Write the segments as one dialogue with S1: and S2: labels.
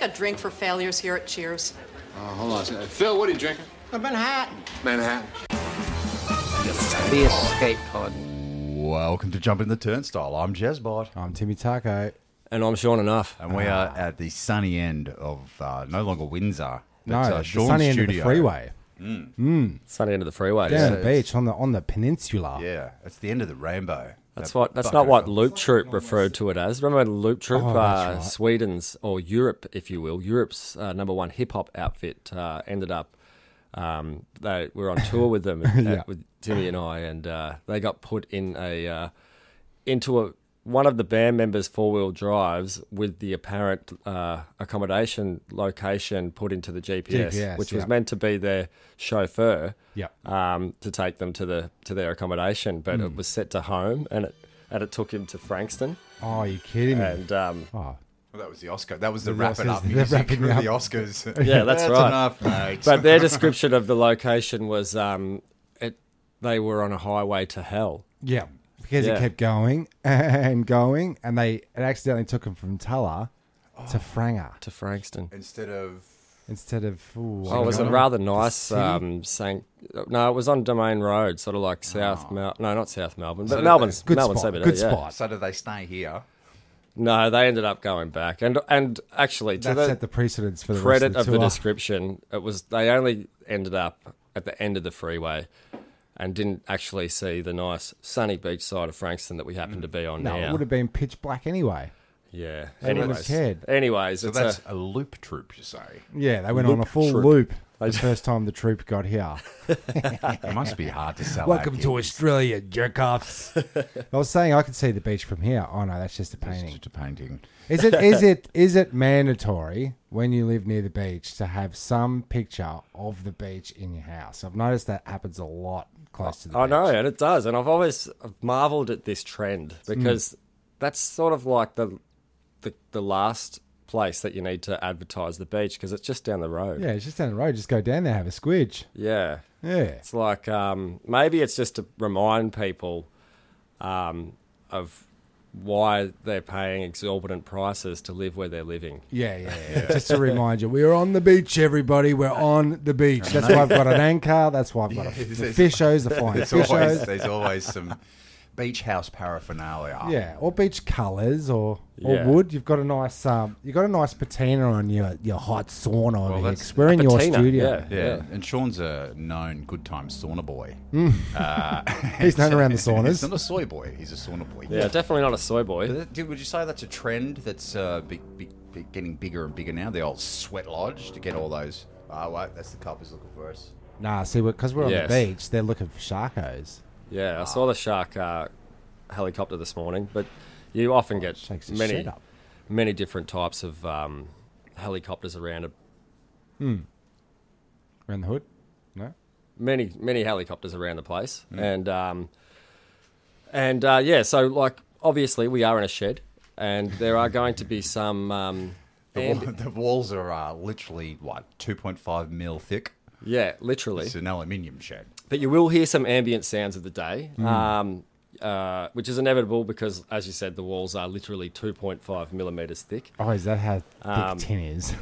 S1: a drink for failures here at Cheers.
S2: Uh, hold on a second. Phil, what are you drinking?
S3: A Manhattan.
S2: Manhattan.
S4: The escape pod.
S5: Welcome to Jumping the Turnstile. I'm Jezbot.
S3: I'm Timmy Taco.
S4: And I'm Sean Enough.
S3: Um,
S5: And we are
S3: Ah.
S5: at the sunny end of uh, no longer Windsor. but,
S3: No,
S5: uh,
S3: the
S5: Sean's
S3: sunny end of the
S5: studio.
S3: freeway.
S4: Sunny end of the freeway.
S3: Down
S4: Yeah.
S3: the beach on the on the peninsula.
S5: Yeah, it's the end of the rainbow.
S4: That's
S5: That
S4: what. That's
S5: fucking
S4: not what
S5: film.
S4: Loop Troop referred to it as. Remember Loop Troop,
S3: Oh,
S4: uh,
S3: that's right.
S4: Sweden's or Europe, if you will, Europe's uh, number one hip hop outfit uh, ended up. Um, they were on tour with them uh,
S3: Yeah.
S4: with Timmy and I, and uh, they got put in a uh, into a one of the band members' four wheel drives with the apparent uh, accommodation location put into the GPS,
S3: GPS,
S4: which
S3: yeah.
S4: was meant to be their chauffeur
S3: Yep.
S4: um, to take them to the to their accommodation, but
S3: Hmm.
S4: it was set to home, and it and it took him to Frankston,
S3: Oh, you kidding me?
S4: and um,
S3: oh,
S5: Well, that was the Oscar. That was the
S3: The
S5: wrap it
S3: Oscars-
S5: up
S3: the
S5: music
S3: wrapping
S5: for
S3: up.
S5: the Oscars.
S4: yeah, that's, right.
S5: enough, mate.
S4: But their description of the location was um, it they were on a highway to hell.
S3: yeah. Because it
S4: Yeah.
S3: kept going and going, and they it accidentally took him from Tulla
S4: Oh.
S3: to Franger
S4: To Frankston.
S5: Instead of
S3: instead of. Ooh,
S4: Oh, it was a
S3: I-
S4: rather nice
S3: city? Ah.
S4: um, Sank. No, it was on Domain Road, sort of like South Mel. No, not South Melbourne, but Melbourne's
S3: good
S4: Melbourne
S3: spot.
S4: CBD.
S3: good
S4: yeah.
S3: spot.
S5: so did they stay here?
S4: No, they ended up going back, and and actually to
S3: That
S4: the,
S3: set the precedence for the
S4: credit
S3: rest
S4: of
S3: of the,
S4: the
S3: tour.
S4: description, it was they only ended up at the end of the freeway and didn't actually see the nice sunny beach side of Frankston that we happen to be on
S3: No,
S4: now.
S3: it would have been pitch black anyway.
S4: yeah.
S3: They wouldn't have cared.
S4: anyways,
S5: So
S4: it's
S5: that's
S4: a,
S5: a loop troop, you say.
S3: Yeah, they went on a
S4: Loop
S3: full
S4: troop.
S3: loop the first time the troop got here.
S5: It must be hard to sell.
S3: Welcome
S5: out
S3: to
S5: here.
S3: Australia, jerk-offs. I was saying I could see the beach from here. Oh no, that's just a
S5: It's
S3: painting.
S5: just a painting.
S3: Is it is it is it mandatory when you live near the beach to have some picture of the beach in your house? I've noticed that happens a lot close to the
S4: I
S3: beach.
S4: know, and it does, and I've always marvelled at this trend
S3: Hmm.
S4: because that's sort of like the, the the last place that you need to advertise the beach because it's just down the road.
S3: Yeah, it's just down the road. Just go down there, have a squidge.
S4: yeah.
S3: Yeah.
S4: It's like um, maybe it's just to remind people um, of why they're paying exorbitant prices to live where they're living.
S3: Yeah, yeah, yeah. Just to remind you, we're on the beach, everybody. We're on the beach. That's why I've got an anchor. That's why I've got a, the fishos, the flying
S5: There's always,
S3: fishos.
S5: there's always some beach house paraphernalia.
S3: Yeah, or beach colours, or or
S4: Yeah.
S3: wood. You've got a nice um, you have got a nice patina on your your hot sauna. over here,
S5: that's-
S3: 'cause we're in your
S4: Patina,
S3: studio.
S5: Yeah, and Sean's a known good time sauna boy.
S3: He's known around the
S5: He's
S3: saunas.
S5: not a soy boy. He's a sauna boy.
S4: Yeah, definitely not a soy boy.
S5: But Dude, would you say that's a trend that's uh, be, be, be getting bigger and bigger now? The old sweat lodge to get all those. Oh, wait, that's the coppers looking for us.
S3: Nah, see, because we're on
S4: Yes.
S3: the beach, they're looking for sharkos. Ah.
S4: Yeah, I saw the shark uh, helicopter this morning, but you often get
S3: shakes his
S4: many
S3: shit up.
S4: many different types of um, helicopters around. a-
S3: Around the hood? No.
S4: Many many helicopters around the place,
S3: Mm.
S4: and um, and uh, yeah, so like obviously we are in a shed, and there are going to be some. Um,
S5: The,
S4: ambi-
S5: wall, the walls are uh, literally what 2.5 mil thick.
S4: Yeah, literally.
S5: It's an aluminium shed.
S4: But you will hear some ambient sounds of the day,
S5: Hmm.
S4: um, uh, which is inevitable because, as you said, the walls are literally 2.5 millimeters thick.
S3: Oh, is that how thick tin is?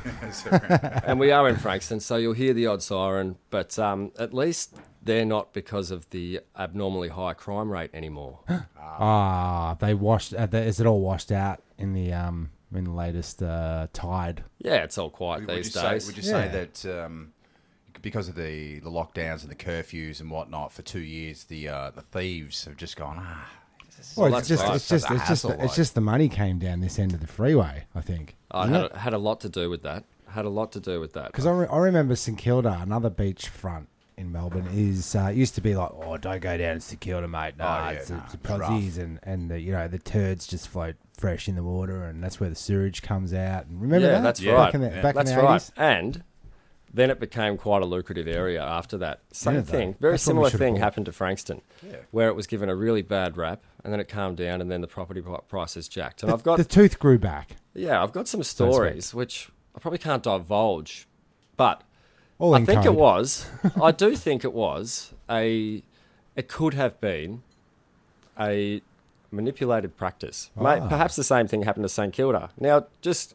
S4: and we are in Frankston, so you'll hear the odd siren, but um, at least they're not because of the abnormally high crime rate anymore.
S3: Ah, they washed. Uh, they, is it all washed out in the um in the latest uh, tide?
S4: yeah, it's all quiet
S5: would you
S4: these
S5: say,
S4: days.
S5: would you
S3: Yeah.
S5: say that um, because of the, the lockdowns and the curfews and whatnot for two years, the uh, the thieves have just gone ah. this is
S3: Well,
S4: Well,
S3: it's
S4: that's
S3: just
S4: right.
S3: it's just
S5: That's a
S3: it's just
S5: hassle,
S3: it's
S5: like.
S3: just the money came down this end of the freeway. I think.
S4: I had, a- had a lot to do with that. Had a lot to do with that.
S3: Because I, re- I remember St Kilda, another beachfront in Melbourne, is uh, used to be like, oh, don't go down to St Kilda,
S4: Oh,
S3: mate. No,
S5: yeah,
S3: it's,
S5: nah,
S3: it's,
S5: it's
S3: the posies and and the you know the turds just float fresh in the water, and that's where the sewage comes out. And remember
S4: Yeah,
S3: that?
S4: that's
S3: back
S4: right.
S3: In the,
S4: Yeah.
S3: Back
S4: That's
S3: in the
S4: right.
S3: 80s?
S4: And then it became quite a lucrative area after that. Same
S3: Yeah, though.
S4: thing,
S3: That's what
S4: very
S3: we
S4: similar
S3: should've
S4: thing
S3: bought.
S4: happened to Frankston, where it was given a really bad rap, and then it calmed down, and then the property pri- prices jacked. And I've got
S3: the tooth grew back.
S4: yeah, I've got some stories which I probably can't divulge, but
S3: All
S4: I
S3: in
S4: think
S3: code.
S4: it was. I do think it was a. It could have been a
S3: Ah.
S4: manipulated practice. Ma- Perhaps the same thing happened to St Kilda. Now, just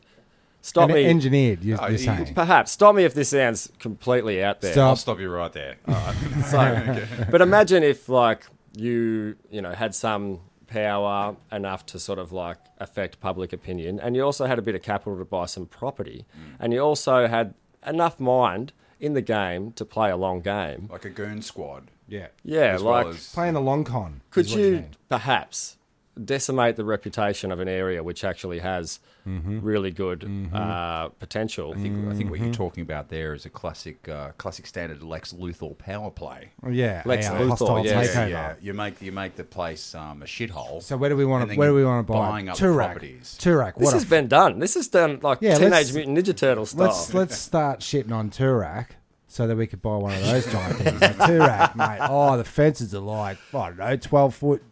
S4: Stop
S3: And
S4: me.
S3: engineered. You're,
S5: Oh,
S3: you're
S5: he-
S3: saying.
S4: Perhaps. Stop me if this sounds completely out there.
S5: I'll
S3: Stop.
S5: stop you right there. Uh, All right.
S4: So, but imagine if like you you know had some power enough to sort of like affect public opinion, and you also had a bit of capital to buy some property,
S5: Mm.
S4: and you also had enough mind in the game to play a long game.
S5: like a goon squad.
S3: Yeah.
S4: Yeah,
S5: As well
S4: like
S5: as-
S3: Playing a long con. is
S4: could
S3: what
S4: you,
S3: mean.
S4: perhaps decimate the reputation of an area which actually has
S3: Mm-hmm.
S4: really good uh, potential?
S5: I think, I think what you're talking about there is a classic, uh, classic standard Lex Luthor power play.
S3: Yeah.
S4: Lex
S3: yeah,
S4: Luthor,
S3: hostile
S4: yeah,
S5: Yeah,
S3: takeover.
S5: yeah. You make you make the place um, a shithole.
S3: So where do we want
S5: and
S3: to?
S5: then
S3: Where do we
S5: you're
S3: want to buy?
S5: Buying up the
S3: Turak.
S5: properties.
S3: Turak.
S4: This
S3: What
S4: has
S3: a
S4: been done. This is done like
S3: Yeah, let's-
S4: Teenage Mutant Ninja Turtle style.
S3: Let's let's start shitting on Turak so that we could buy one of those giant things. Like, Turak, mate. Oh, the fences are like I don't know, twelve foot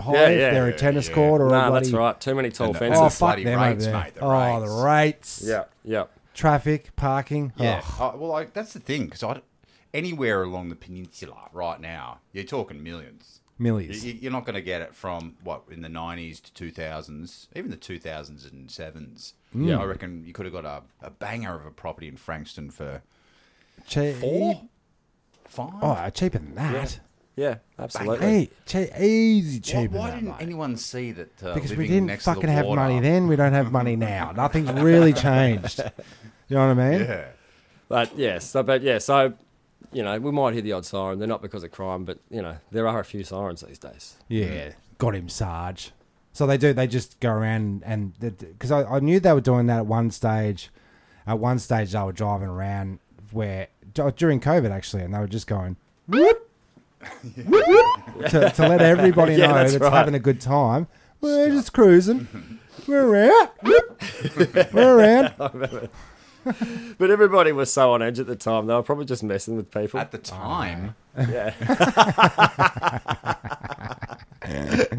S3: high.
S4: Yeah,
S3: if
S4: yeah,
S3: they're
S4: yeah,
S3: a tennis court or
S4: no,
S3: a bloody,
S4: that's right. Too many tall
S5: And the-
S4: fences.
S3: Oh
S5: It's the
S3: fuck
S5: bloody
S3: them
S5: rates,
S3: over there.
S5: mate, the
S3: oh the rates.
S4: Yeah, yeah.
S3: Traffic, parking.
S5: Yeah.
S3: Oh,
S5: Uh, well, I, that's the thing because I d- anywhere along the peninsula right now, you're talking millions.
S3: millions.
S5: You, you're not going to get it from what in the '90s to 2000s, even the 2000s and sevens.
S3: Mm.
S5: Yeah, I reckon you could have got a, a banger of a property in Frankston for
S3: Che- e-
S5: four, five.
S3: Oh, cheaper than that.
S4: Yeah, absolutely.
S3: Hey, che- easy
S5: why,
S3: cheaper.
S5: why
S3: than
S5: didn't
S3: that, mate.
S5: anyone see that? Uh,
S3: because we
S5: living
S3: didn't
S5: next to the
S3: fucking have
S5: water-
S3: money then. We don't have money now. Nothing's really changed. You know what I mean?
S5: Yeah.
S4: But yeah, so but yeah, so you know, we might hear the odd siren. They're not because of crime, but you know, there are a few sirens these days.
S3: Yeah. Got him, Sarge. So they do. They just go around and because I, I knew they were doing that at one stage. At one stage, they were driving around where d- oh, during COVID actually, and they were just going whoop, whoop, whoop, to, to let everybody
S4: Yeah,
S3: know
S4: that's
S3: that's,
S4: right.
S3: having a good time. We're just cruising. We're around. whoop. We're around.
S4: But everybody was so on edge at the time. They were probably just messing with
S3: Oh,
S4: people.
S5: At the time,
S4: yeah,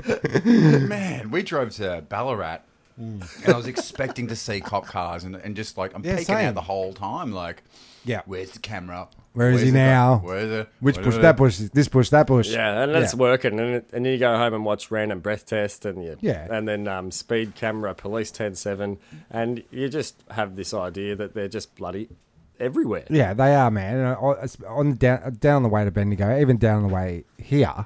S5: man, we drove to Ballarat, and I was expecting to see cop cars, and, and just like I'm
S3: Yeah,
S5: peeking
S3: same.
S5: out the whole time, like,
S3: Yeah.
S5: where's the camera?
S3: Where is
S5: Where's
S3: he
S5: the-
S3: now?
S5: Where's it?
S3: Which bush? That bush. This bush. That bush.
S4: yeah, and it's working. And it- and then you go home and watch random breath test, and you,
S3: Yeah.
S4: and then um, speed camera, police 10-7, and you just have this idea that they're just bloody everywhere.
S3: Yeah, they are, man. And I- I- it's on down down the way to Bendigo, even down the way here,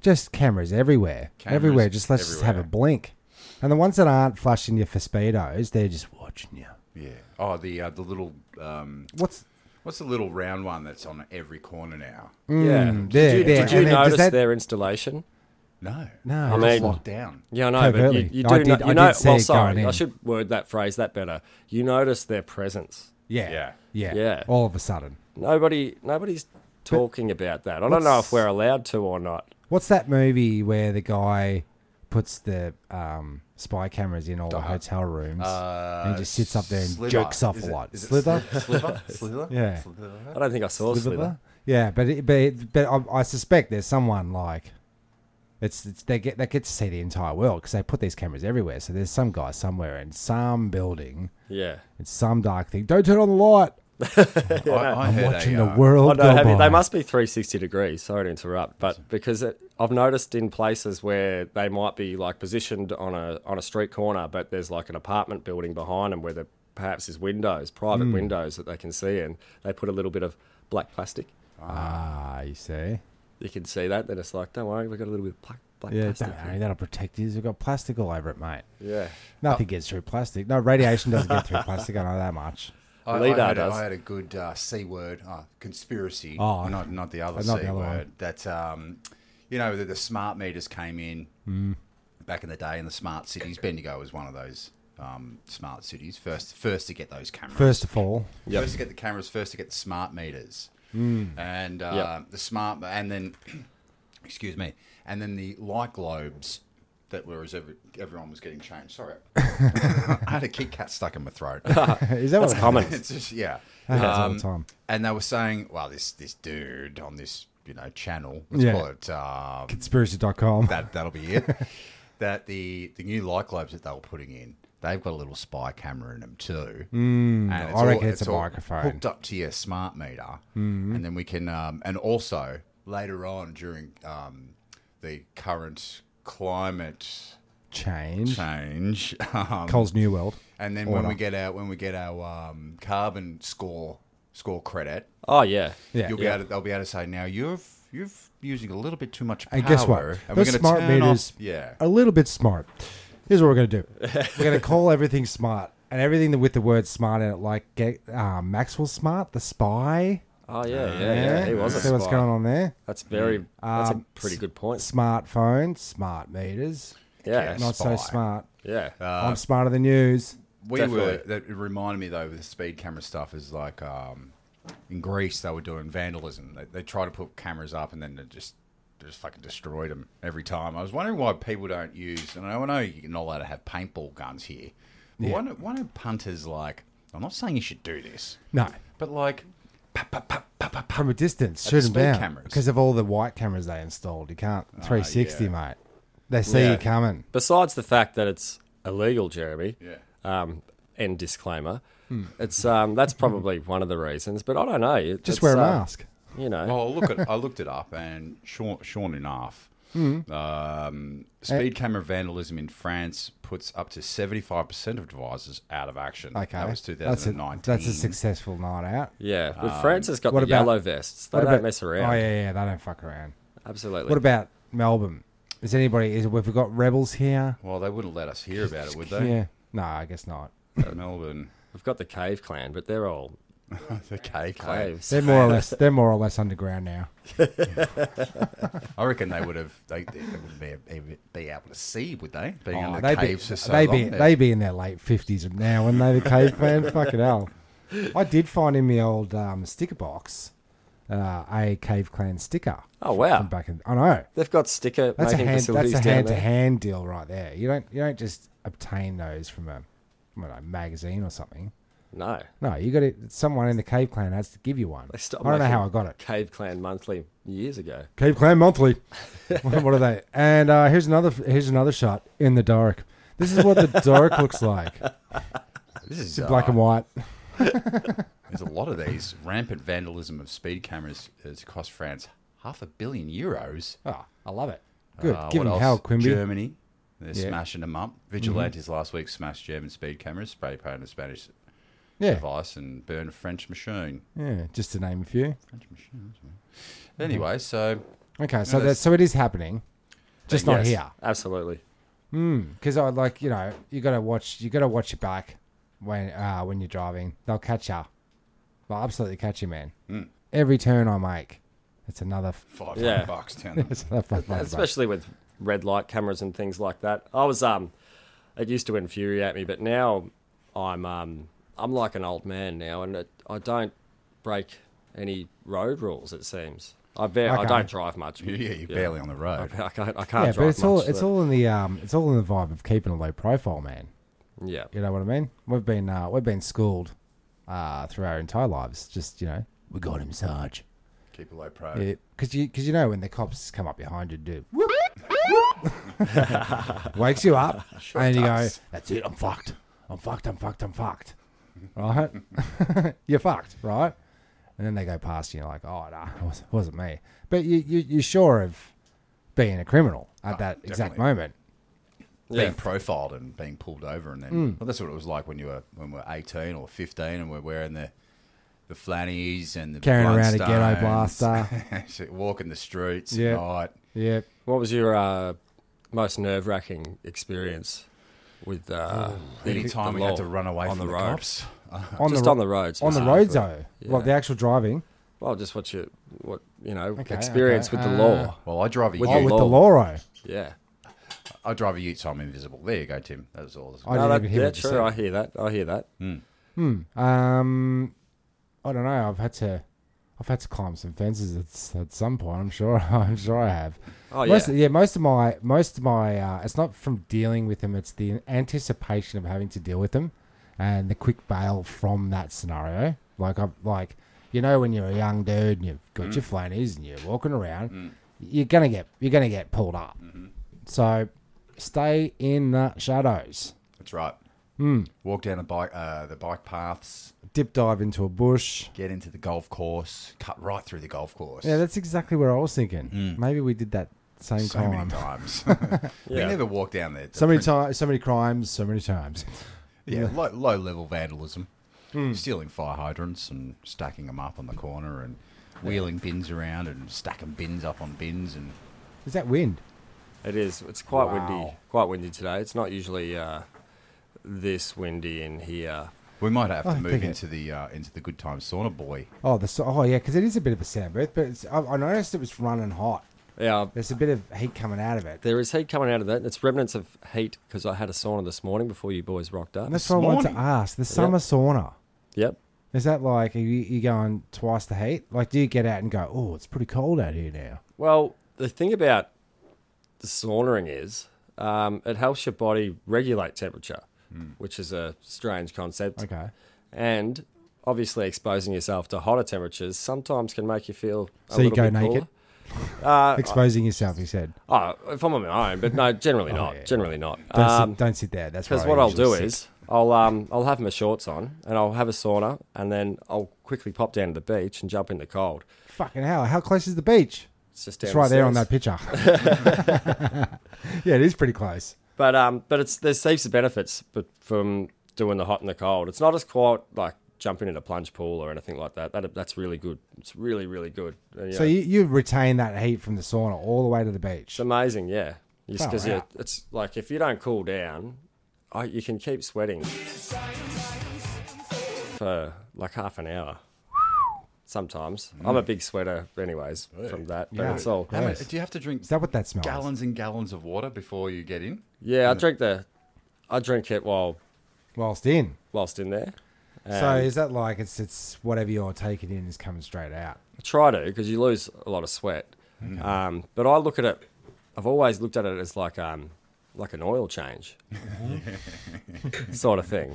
S3: just cameras everywhere,
S5: Hmm. Cameras
S3: everywhere. Just let's just have a
S5: everywhere.
S3: blink. And the ones that aren't flushing you for speedos, they're just watching you.
S5: Yeah. Oh, the uh, the little um,
S3: What's
S5: what's the little round one that's on every corner now?
S4: Yeah.
S3: Mm,
S4: did
S3: there,
S4: you,
S3: there.
S4: Did you
S3: And then does
S4: notice
S3: that-
S4: their installation?
S5: No,
S3: No,
S5: it's
S4: I
S5: just
S4: mean-
S5: locked down.
S4: Yeah, I know, but
S3: Covertly.
S4: you, you
S3: I
S4: do
S3: did-
S4: know.
S3: I
S4: You
S3: did
S4: know,
S3: see
S4: well,
S3: it
S4: sorry,
S3: going
S4: I
S3: in.
S4: should word that phrase that better. You notice their presence.
S3: yeah,
S5: Yeah.
S3: yeah, yeah,
S4: Yeah.
S3: All of a sudden,
S4: Nobody, nobody's talking about that. I don't know if
S3: what's-
S4: we're allowed to or not.
S3: what's that movie where the guy puts the um, spy cameras in all the hotel rooms and he just sits up there and
S5: Uh, Slither.
S3: jerks off
S5: Is
S3: a
S5: it-
S3: lot?
S5: is it
S3: Slither,
S5: Sliver, Slither,
S3: Yeah.
S5: Slither?
S4: I don't think I saw
S3: Liver
S4: Slither.
S3: bar? Yeah, but it, but it, but I, I suspect there's someone like it's, it's they get they get to see the entire world because they put these cameras everywhere. So there's some guy somewhere in some building
S4: Yeah,
S3: in some dark thing. Don't turn on the light.
S5: I, I
S3: I'm
S5: heard
S3: watching
S5: a,
S3: the
S5: uh,
S4: I
S3: world
S4: don't
S3: go
S4: Oh, have it.
S3: by.
S4: They must be 360 degrees. Sorry to interrupt, but because it, I've noticed in places where they might be like positioned on a on a street corner, but there's like an apartment building behind them where there perhaps is windows, private
S3: Hmm.
S4: windows that they can see, and they put a little bit of black plastic.
S3: Ah, you see.
S4: You can see that. Then it's like, don't worry, we've got a little bit of black, black
S3: Yeah,
S4: plastic.
S3: don't worry, that'll protect you. We've got plastic all over it, mate.
S4: Yeah.
S3: Nothing gets through plastic. No, radiation doesn't get through plastic. I know that much.
S5: I, I,
S4: Leader
S5: had, a-
S4: does.
S5: I had a good uh, C word, uh, conspiracy.
S3: Oh,
S5: not not the other
S3: not
S5: C
S3: the other
S5: word.
S3: one.
S5: That um, you know the, the smart meters came in
S3: Mm.
S5: back in the day in the smart cities. Bendigo was one of those um, smart cities. First, first to get those cameras.
S3: First of all,
S5: First to get the cameras. First to get the smart meters.
S3: Mm.
S5: And uh,
S4: Yep.
S5: the smart, and then excuse me, and then the light globes that were as every, everyone was getting changed. Sorry, I had a Kit Kat stuck in my throat.
S3: is that
S4: That's Um,
S3: what
S4: common.
S5: It's just yeah.
S3: That happens all the time.
S5: And they were saying, well, this this dude on this you know channel, let's
S3: Yeah.
S5: call it um,
S3: Conspiracy.com.
S5: that that'll be it. that the the new light globes that they were putting in, they've got a little spy camera in them too. Mm, and
S3: I reckon it's a microphone. Mm-hmm.
S5: hooked up to your smart meter, and then we can. Um, and also later on during um, the current climate
S3: Change.
S5: change, um,
S3: Cole's New World.
S5: And then when
S3: Order.
S5: we get our when we get our um, carbon score score credit,
S4: Oh yeah.
S3: Yeah.
S5: you'll be
S4: yeah.
S5: able to, they'll be able to say now you're you're using a little bit too much power.
S3: And guess what?
S5: And we're
S3: Those
S5: gonna
S3: smart
S5: turn off-
S3: meters Oh,
S5: yeah.
S3: are a little bit smart. Here's what we're going to do we're going to call everything smart. And everything with the word smart in it, like get, uh, Maxwell Smart, the spy.
S4: Oh yeah, yeah, yeah. He was a
S3: See what's
S4: spy.
S3: going on there.
S4: That's very. That's a
S3: Um,
S4: pretty good point.
S3: Smartphones, smart meters.
S4: Yeah.
S5: yes.
S3: Not Uh,
S5: Spy. Uh,
S3: so smart.
S4: Yeah.
S3: I'm smarter than yous.
S5: We were.
S4: Definitely.
S5: That it reminded me though of the speed camera stuff is like um, in Greece they were doing vandalism. They, they tried to put cameras up and then they just they just fucking destroyed them every time. I was wondering why people don't use. And I know you're not allowed to have paintball guns here. But Why don't why don't punters like? I'm not saying you should do this,
S3: No,
S5: but like. pop, pop, pop, pop, pop, pop.
S3: from a distance,
S5: Like
S3: shoot them
S5: speed
S3: down
S5: cameras. Ah,
S3: because of all the white cameras they installed. You can't 360,
S5: yeah.
S3: mate. They see
S4: Yeah.
S3: you coming.
S4: Besides the fact that it's illegal, Jeremy.
S5: Yeah.
S4: Um, end disclaimer.
S3: Hmm.
S4: It's um, that's probably one of the reasons, but I don't know. It-
S3: Just
S4: it's,
S3: wear a
S4: uh,
S3: mask.
S4: You know.
S5: Well, look at I looked it up, and sure, sure enough,
S3: Hmm.
S5: um, speed camera vandalism in France puts up to seventy five percent of devices out of action.
S3: Okay,
S5: that was two
S3: That's a-
S5: thousand nineteen.
S3: That's a successful night out.
S4: yeah. Well, France has got
S3: um,
S4: the
S3: what about-
S4: yellow vests. They
S3: What
S4: don't
S3: about-
S4: mess around.
S3: Oh yeah, yeah, they don't fuck around.
S4: Absolutely.
S3: What about Melbourne? Is anybody? Is we've got rebels here?
S5: Well, they wouldn't let us hear about it, would they?
S3: Yeah. No, I guess not.
S5: Uh, Melbourne,
S4: We've got the Cave Clan, but they're all
S5: the cave cave.
S4: caves.
S3: They're more or less. They're more or less underground now.
S5: I reckon they would have. They, they wouldn't be, be- be able to see, would they? Being in the
S3: Oh, they'd
S5: caves
S3: be,
S5: for so
S3: they
S5: long.
S3: be they be in their late fifties now, wouldn't they? The caveman, fucking hell. I did find in the old um, sticker box uh, a cave clan sticker.
S4: Oh, wow.
S3: From back in, I know.
S4: They've got sticker
S3: That's a
S4: making
S3: hand. That's
S4: facilities
S3: a
S4: down
S3: hand to
S4: there.
S3: hand deal right there. You don't you don't just obtain those from a, from a magazine or something.
S4: No.
S3: No, you got it. Someone in the Cave Clan has to give you one.
S4: They stopped
S3: I don't know
S4: making
S3: how I got it.
S4: Cave Clan monthly years ago.
S3: Cave Clan monthly. what what are they? And uh, here's another. Here's another shot in the dark. This is what the dark looks like.
S5: this is uh,
S3: It's black and white.
S5: There's a lot of these rampant vandalism of speed cameras has cost France half a billion euros.
S3: Oh, I love it. Good.
S5: Uh,
S3: Give
S5: what
S3: him
S5: else?
S3: hell, Quimby.
S5: Germany. They're
S3: Yeah. Mm-hmm.
S5: smashing them up. Vigilantes last week smashed German speed cameras, spray painted a Spanish
S3: yeah,
S5: device, and burned a French machine.
S3: yeah. Just to name a few.
S5: French machine. that's
S3: Mm-hmm.
S5: right. Anyway, so
S3: Okay, so that
S5: that's-
S3: so it is happening, just not
S4: Yes,
S3: here.
S4: Absolutely.
S3: Because I like you know you gotta watch you gotta watch your back when uh, when you're driving. They'll catch you. They'll absolutely catch you, man. Every turn I make, it's another. f-
S5: five
S4: Yeah.
S5: bucks down the
S3: It's another fucking roundabout.
S4: especially with red light cameras and things like that. I was um, it used to infuriate me, but now I'm um, I'm like an old man now, and it, I don't break any road rules. It seems I bear, I
S3: Okay.
S4: don't drive much.
S5: Yeah, you're barely on the
S4: I,
S5: road.
S4: I can't. I can't
S3: yeah,
S4: drive
S3: but it's all
S4: much,
S3: it's
S4: but-
S3: all in the um it's all in the vibe of keeping a low profile, man.
S4: Yeah.
S3: You know what I mean? We've been uh, we've been schooled uh, through our entire lives. Just you know, we got him, Sarge.
S5: Keep a low pro.
S3: Because you, cause you know when the cops come up behind you, and do whoop, whoop. wakes you up, and you
S5: does.
S3: go, "That's it, I'm fucked, I'm fucked, I'm fucked, I'm fucked," right? You're fucked, right? And then they go past you, and you're like, "Oh, nah, it wasn't, wasn't me." But you, you you're sure of being a criminal at that exact
S5: definitely.
S3: moment.
S5: Being
S4: Yeah.
S5: profiled and being pulled over, and then
S3: Mm.
S5: well, that's what it was like when you were when we were 18 or 15, and we're wearing the the flannies and the
S3: Carrying around a ghetto
S5: Blundstones. walking the streets
S3: Yeah.
S5: at night.
S3: Yeah,
S4: What was your uh, most nerve wracking experience with uh, the,
S5: Any time
S4: the
S5: we had
S4: law
S5: to run away
S4: on
S5: from the,
S4: road?
S5: cops.
S3: on
S4: Just
S3: ro-
S4: on the roads,
S3: on the
S4: specifically.
S3: roads uh, though, like the actual driving.
S4: Well, just what you what you know
S3: Okay,
S4: experience
S3: okay.
S4: with the
S3: Uh,
S4: law.
S5: Well, I drive a
S4: With
S5: Ute.
S3: Oh, with
S4: law.
S3: the Loro.
S4: Yeah.
S5: I drive a Ute, so I'm invisible. There you go, Tim. That was all.
S3: I
S4: No,
S3: didn't
S4: that,
S3: even hear
S4: yeah,
S3: what you
S4: true.
S3: said.
S4: I hear that. I hear that.
S5: Mm.
S3: Um, I don't know. I've had to, I've had to climb some fences at, s- at some point. I'm sure. I'm sure I have.
S4: Oh,
S3: most
S4: yeah.
S3: Of, yeah. Most of my, most of my, uh, it's not from dealing with them. It's the anticipation of having to deal with them, and the quick bail from that scenario. Like I'm like, you know, when you're a young dude and you've
S4: Mm.
S3: got your flannies and you're walking around, you're gonna get, you're gonna get pulled up.
S4: Mm-hmm.
S3: So, stay in the shadows.
S5: That's right.
S3: Hmm.
S5: Walk down the bike, uh, the bike paths,
S3: Dip dive into a bush.
S5: get into the golf course, cut right through the golf course.
S3: Yeah, that's exactly where I was thinking.
S4: Mm.
S3: Maybe we did that same
S5: so
S3: time.
S5: many times. We
S4: Yeah.
S5: never walk down there.
S3: So many times, so many crimes, so many times.
S5: Yeah, low, low level vandalism,
S3: Hmm.
S5: stealing fire hydrants and stacking them up on the corner and wheeling bins around and stacking bins up on bins and
S3: Is that wind?
S4: It is. It's quite windy.
S3: Wow.
S4: Quite windy today. It's not usually uh, this windy in here.
S5: we might have to
S3: Oh, I
S5: move
S3: think it-
S5: into the uh, into the good time sauna boy.
S3: Oh, the so- oh yeah, because it is a bit of a sand booth, but it's, I, I noticed it was running hot.
S4: Yeah,
S3: There's a bit of heat coming out of it.
S4: there is heat coming out of that. It's remnants of heat because I had a sauna this morning before you boys rocked up.
S3: And that's what I wanted to
S5: morning.
S3: ask. The summer sauna
S4: Yep.
S3: is that like are you, you going twice the heat? Like, do you get out and go? Oh, it's pretty cold out here now.
S4: Well, the thing about the saunaing is um, it helps your body regulate temperature, which is a strange concept.
S3: Hmm. Okay.
S4: And obviously, exposing yourself to hotter temperatures sometimes can make you feel a
S3: So you
S4: little
S3: go
S4: bit cooler.
S3: naked?
S4: Uh,
S3: Exposing yourself, you said.
S4: Oh, if I'm on my own, but no, generally not.
S3: yeah.
S4: Generally not.
S3: Don't,
S4: Um,
S3: sit, don't sit there. That's
S4: Because
S3: where I
S4: what I'll
S3: usually
S4: do
S3: sit.
S4: is I'll um I'll have my shorts on and I'll have a sauna and then I'll quickly pop down to the beach and jump in the cold.
S3: fucking hell. How close is the beach?
S4: It's just down
S3: It's right there on
S4: stairs.
S3: that picture. yeah, it is pretty close.
S4: But um but it's there's heaps of benefits but from doing the hot and the cold. It's not as quite like jumping in a plunge pool or anything like that. That that's really good. It's really really good. And,
S3: So
S4: know,
S3: you, you retain that heat from the sauna all the way to the beach.
S4: it's amazing, yeah. Just
S3: Far
S4: because
S3: out.
S4: it's like if you don't cool down, I, you can keep sweating for like half an hour. Sometimes I'm a big sweater, anyways, from that. But
S3: Mm. Yeah.
S4: it's all
S5: How
S4: yeah.
S5: many-
S3: Yes.
S5: do you have to drink
S3: Is that what that smells?
S5: gallons and gallons of water before you get in?
S4: I drink the, I drink it while
S3: Whilst in.
S4: whilst in there.
S3: so
S4: Um,
S3: is that like it's it's whatever you're taking in is coming straight out?
S4: I try to because you lose a lot of sweat.
S3: Mm.
S4: Um, but I look at it. I've always looked at it as like um, like an oil change, sort of thing.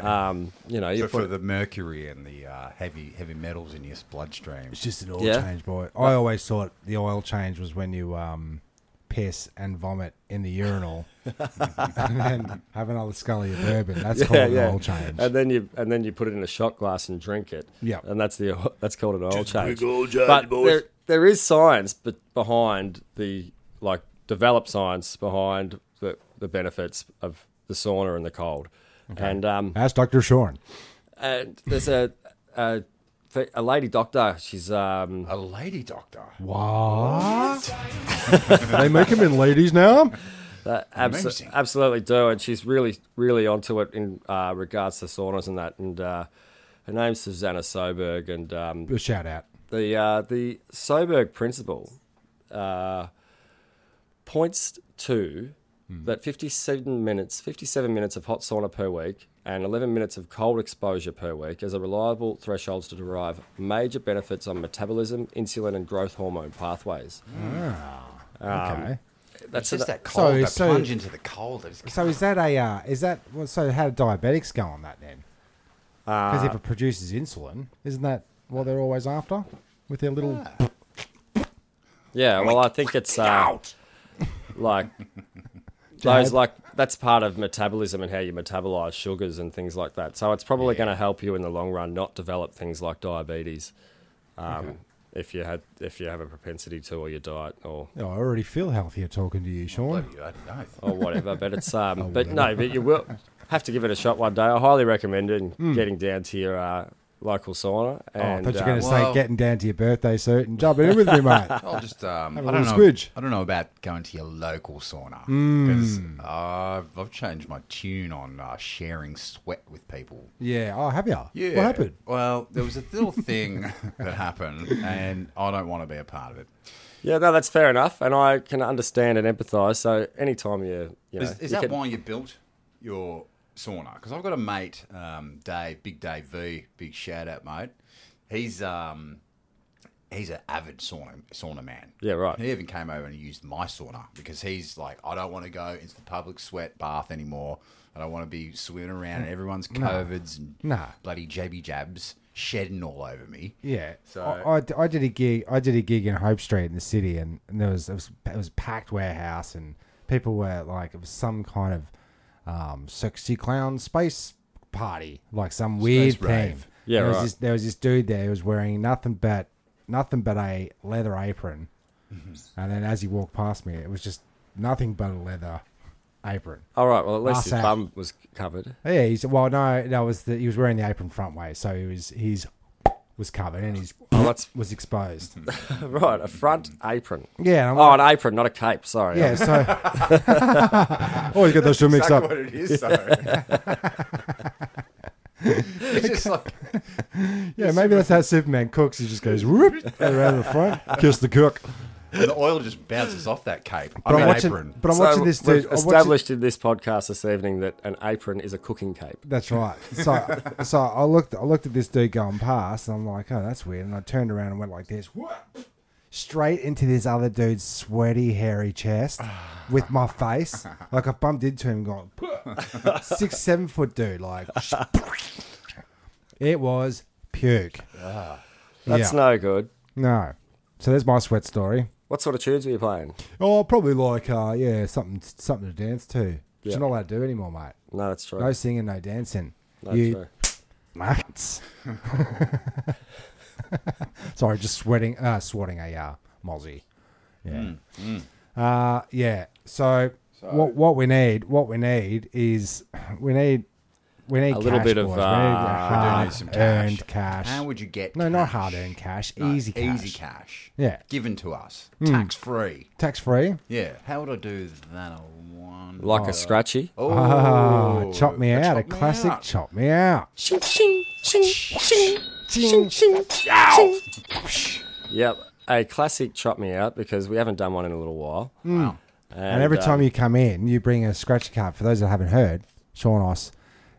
S4: Um, you know, you
S5: But
S4: put
S5: for the mercury and the uh, heavy heavy metals in your bloodstream.
S3: It's just an oil
S4: Yeah.
S3: change, boy. I always thought the oil change was when you um, piss and vomit in the urinal and then have another scully of bourbon. That's called an oil change.
S4: And then you and then you put it in a shot glass and drink it.
S3: Yeah.
S4: and that's the oil- that's called an oil change. but there there is science, but behind the like developed science behind the the benefits of the sauna and the cold, and um
S3: Ask Dr. Sean.
S4: and there's a a, th- a lady doctor. She's um
S5: a lady doctor.
S3: What? they make them in ladies now?
S4: that abso-
S5: Amazing.
S4: absolutely do, and she's really really onto it in uh, regards to saunas and that and. uh her name's Susanna Soberg, and um,
S3: A shout out.
S4: the uh, the Soberg principle uh, points to that 57 minutes 57 minutes of hot sauna per week and 11 minutes of cold exposure per week as a reliable thresholds to derive major benefits on metabolism, insulin, and growth hormone pathways.
S3: okay.
S4: That's
S5: Just
S4: a-
S5: that cold,
S3: So-
S5: that
S3: so-
S5: plunge into the cold. It's
S3: So is that a uh, is that well, so? How do diabetics go on that then?
S5: Uh,
S3: Because if it produces insulin, isn't that what they're always after with their little?
S4: Yeah, well, I think it's uh, like those
S3: Jab.
S4: like that's part of metabolism and how you metabolize sugars and things like that. So it's probably going to help you in the long run not develop things like diabetes um, if you had if you have a propensity to or your diet or
S3: Oh, I already feel healthier talking to you, Sean.
S5: bloody bloody oath.
S4: or whatever. but it's um,
S3: Oh,
S4: but no, but you will have to give it a shot one day. I highly recommend it. And Getting down to your uh, local sauna
S3: Hmm. Oh, I
S4: and
S3: thought you were
S4: um,
S3: going to say
S5: well-
S3: getting down to your birthday suit and jumping in with me, mate.
S5: I'll just um, I
S3: Have
S5: don't
S3: a
S5: know.
S3: little squidge.
S5: I don't know about going to your local sauna because I've, I've changed my tune on uh, sharing sweat with people.
S3: Yeah. Oh, have you? What happened?
S5: Well, there was a little thing that happened, and I don't want to be a part of it.
S4: yeah, no, that's fair enough, and I can understand and empathise. So anytime you you know
S5: Is, is
S4: you
S5: that
S4: can-
S5: why you built your sauna? Because I've got a mate, um, Dave, Big Dave V, big shout out, mate. He's um, he's an avid sauna sauna man.
S4: Yeah, right.
S5: He even came over and used my sauna because he's like, I don't want to go into the public sweat bath anymore. I don't want to be swimming around
S4: Mm.
S5: in everyone's covids and
S3: Nah.
S5: bloody jabby jabs shedding all over me.
S3: Yeah.
S5: So-
S3: I, I d- I did a gig. I did a gig in Hope Street in the city, and, and there was it was it was a packed warehouse, and people were like it was some kind of um, sexy clown space party, like some weird
S5: Space rave.
S3: thing.
S4: Yeah,
S3: There was
S4: right.
S3: this there was this dude there who was wearing nothing but nothing but a leather
S5: Mm-hmm.
S3: apron, and then as he walked past me, it was just nothing but a leather apron.
S4: All right. Well, at least
S3: Ass
S4: his
S3: out.
S4: bum was covered.
S3: Yeah, he's well, no, that was the, he was wearing the apron front way, so he was his was covered and his
S4: Oh, that's
S3: was exposed.
S4: right. A front apron.
S3: Yeah, and I'm
S4: Oh,
S3: like,
S4: an apron, not a cape. Sorry.
S3: yeah. So always get those two mixed
S5: exactly
S3: up.
S5: what it is, though. it's just like
S3: Yeah, maybe that's how Superman cooks. He just goes whoop around the front, kiss the cook.
S5: and the oil just bounces off that cape.
S3: But
S5: I mean,
S3: I'm watching.
S5: apron.
S3: But I'm
S4: So
S3: watching this
S4: we've
S3: dude. uh, I'm watching-
S4: established in this podcast this evening that an apron is a cooking cape.
S3: That's right. So, so I looked, I looked at this dude going past, and I'm like, oh, that's weird. And I turned around and went like this, whoop, straight into this other dude's sweaty, hairy chest with my face. Like I bumped into him, going "Pwah." six, seven foot dude. Like it was puke.
S4: That's
S3: Yeah.
S4: no good.
S3: No. So there's my sweat story.
S4: What sort of tunes were you playing?
S3: Oh, probably like, uh, yeah, something, something to dance to. which
S4: Yeah.
S3: You're not allowed to do anymore, mate.
S4: No, that's true.
S3: No singing, no dancing.
S4: That's
S3: you
S4: true.
S3: Mats. Sorry, just sweating, uh, swatting a uh, mozzie. Yeah. Uh, yeah. So, what what we need, what we need is we need we need
S4: A little
S3: cash,
S4: bit of,
S3: boys.
S4: uh,
S5: We do need
S3: we need
S5: some
S3: hard earned cash.
S5: cash. How would you get
S3: No, not
S5: cash?
S3: hard earned cash.
S5: No,
S3: easy cash.
S5: Easy cash.
S3: Yeah. Hmm.
S5: Given to us. Tax free.
S3: Tax free.
S5: Yeah. How would I do that one?
S4: Like a scratchy.
S5: Oh,
S3: Oh, chop me
S5: a
S3: out.
S5: Chop
S3: a
S5: Me
S3: classic
S5: Out.
S3: chop me out.
S4: Yep. A classic chop me out because we haven't done one in a little while.
S3: Mm, Hmm.
S5: Wow.
S3: And every
S4: um,
S3: time you come in, you bring a scratch card. For those that haven't heard, Seanos